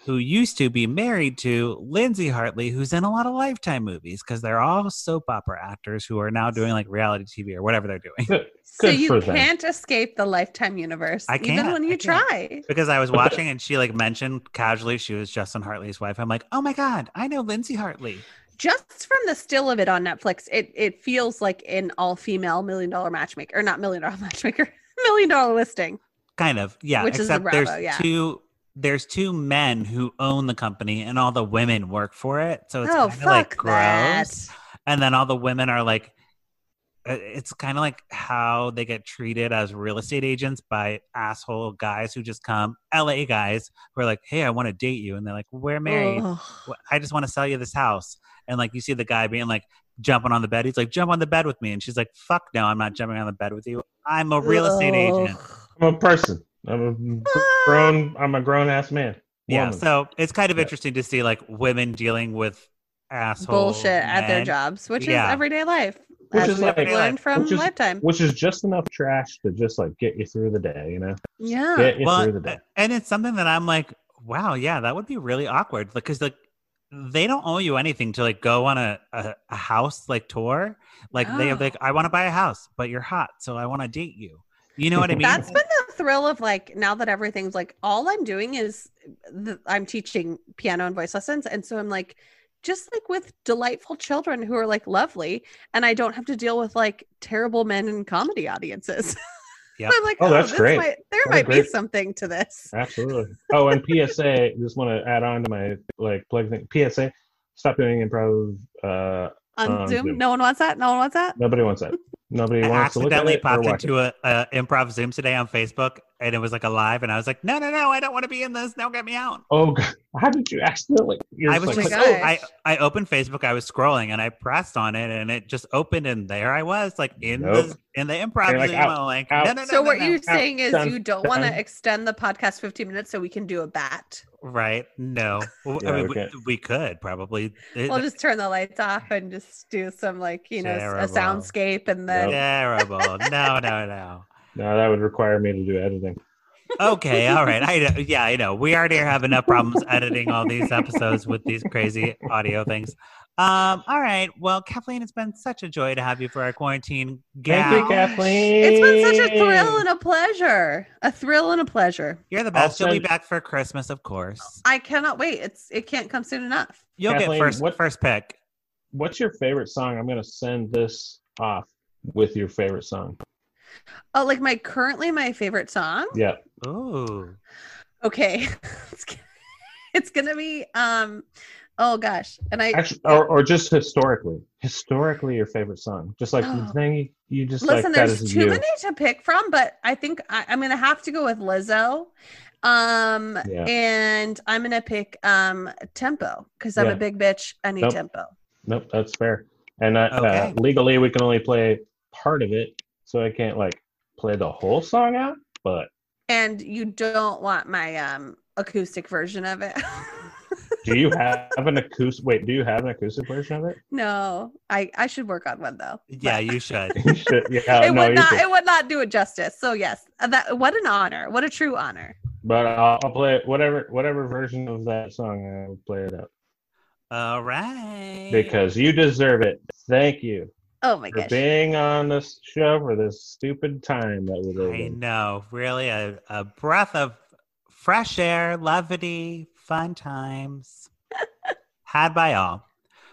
who used to be married to Lindsay Hartley, who's in a lot of Lifetime movies because they're all soap opera actors who are now doing like reality TV or whatever they're
mm-hmm.
doing.
Good.
So
Good
you
for them.
can't escape the lifetime universe.
I
Even
can't,
when
I
you
can't.
try.
Because I was
But the-
watching and she like mentioned casually she was Justin Hartley's wife. I'm like, oh my god, I know Lindsay Hartley.
Just from the still of it on Netflix, it it feels like an all female million dollar matchmaker or not million dollar matchmaker, million dollar listing.
Kind of, yeah.
Which is the
except
Bravo,
there's
yeah.
two there's two men who own the company and all the women work for it. So it's
oh
kind
fuck
of like gross.
that.
and then all the women are like uh, it's kind of like how they get treated as real estate agents by asshole guys who just come la guys who are like hey i want to date you and they're like we're married
Ugh.
Wh- i just want to sell you this house and like you see the guy being like jumping on the bed he's like jump on the bed with me and she's like fuck no i'm not jumping on the bed with you i'm a real estate agent
Ugh.
I'm a person. I'm a grown. I'm a grown ass man.
yeah
Woman.
so it's kind of
Yeah.
interesting to see like women dealing with asshole
Bullshit at their
men.
jobs, which
Yeah.
is everyday life.
Which
as
is
we
like-
learned from
Which is-
Lifetime.
which is just enough trash to just like get you through the day, you know?
Yeah.
Get you
well,
through the day.
a- and it's something that I'm like, wow, yeah, that would be really awkward because like they don't owe you anything to like go on a, a, a house like tour. Like they have
No.
like, I want to buy a house, but you're hot, so I want to date you. You know what I mean?
That's been the thrill of like now that everything's like all I'm doing is th- I'm teaching piano and voice lessons, and so I'm like just like with delightful children who are like lovely, and I don't have to deal with like terrible men in comedy audiences.
Yep.
I'm like,
Oh, that's
this
great.
Might, there
What a
might be
great-
something to this.
Absolutely. Oh, and PSA, just want to add on to my like plug thing. PSA, stop doing improv. Uh,
On
Um,
Zoom,
Zoom.
no one wants that. No one wants that.
nobody wants that. Nobody
I
wants to look at
accidentally
it or
popped
watch it.
into a, a improv Zoom today on Facebook, and it was like a live, and I was like, no, no, no, I don't want to be in this. Now get me out.
Oh, God. how did you accidentally? You're
I
just
was
my
like,
gosh.
oh, I, I opened Facebook, I was scrolling, and I pressed on it, and it just opened, and there I was, like in
Nope.
the in the improv
You're like,
Zoom.
out,
I'm like,
out.
no, no, no.
so
no,
what
no.
you're
no.
saying is
Done.
you don't want
Done.
to extend the podcast 15 minutes so we can do a bat.
Right. No. Well,
Yeah,
I mean,
we can't.
we, we could probably. eh, It-
We'll just turn the lights off and just do some like you know s- a
Terrible.
soundscape and then
Yep.
terrible. no, no, no.
no, that would require me to do editing.
Okay, all right. I know. Yeah, I know. We already have enough problems editing all these episodes with these crazy audio things. Um, all right. Well, Kathleen, it's been such a joy to have you for our quarantine
Thank you,
gal.
Kathleen.
It's been such a thrill and a pleasure. A thrill and a pleasure.
You're the best. You'll be
Also-
back for Christmas, of course.
I cannot wait. It's it can't come soon enough.
You'll get
Kathleen,
first
what-
first pick.
What's your favorite song? I'm going to send this off with your favorite song.
Oh, like my currently my favorite song.
Yeah.
Ooh.
Okay. It's g- it's gonna be um oh gosh. And I
Actually, or, or just historically. Historically, your favorite song. Just like
Oh.
the thing you just
listen,
like, that
there's
is
too
you.
many to pick from, but I think I, I'm gonna have to go with Lizzo. Um
Yeah.
and I'm gonna pick um tempo because I'm
Yeah.
a big bitch. I need
Nope.
tempo.
Nope, that's fair. And uh,
Okay.
uh, legally, we can only play part of it. So I can't like play the whole song out, but
And you don't want my um acoustic version of it.
Do you have an acoustic? Wait, do you have an acoustic version of it?
no. I I should work on one though.
Yeah, you should.
You should. Yeah,
it
no,
would
you
not
should.
it would not do it justice. So yes, uh, that what an honor. What a true honor.
But I'll, I'll play it- whatever whatever version of that song. I will play it up
All right.
because you deserve it. Thank you
Oh my
for
gosh.
being on this show for this stupid time that we live
I
in.
know. Really a, a breath of fresh air, levity, fun times. Had by all.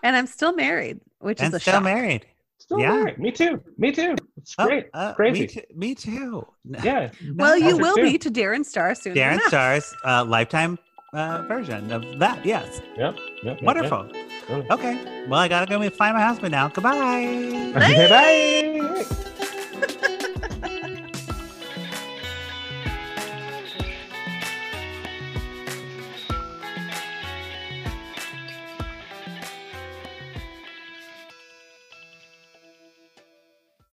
And I'm still married, which
and
is a
still
shock.
married.
Still
Yeah.
married. me too. Me too. It's
Oh,
great.
uh,
Crazy.
Me too. Me too.
Yeah,
Well, you
Patrick,
will
too.
be to Darren Star soon.
Darren
enough.
Star's uh, lifetime uh, version of that. Yes.
yep, yep, yep.
Wonderful.
Yep.
Okay. Well, I got to go find my husband now. Goodbye.
Okay, bye.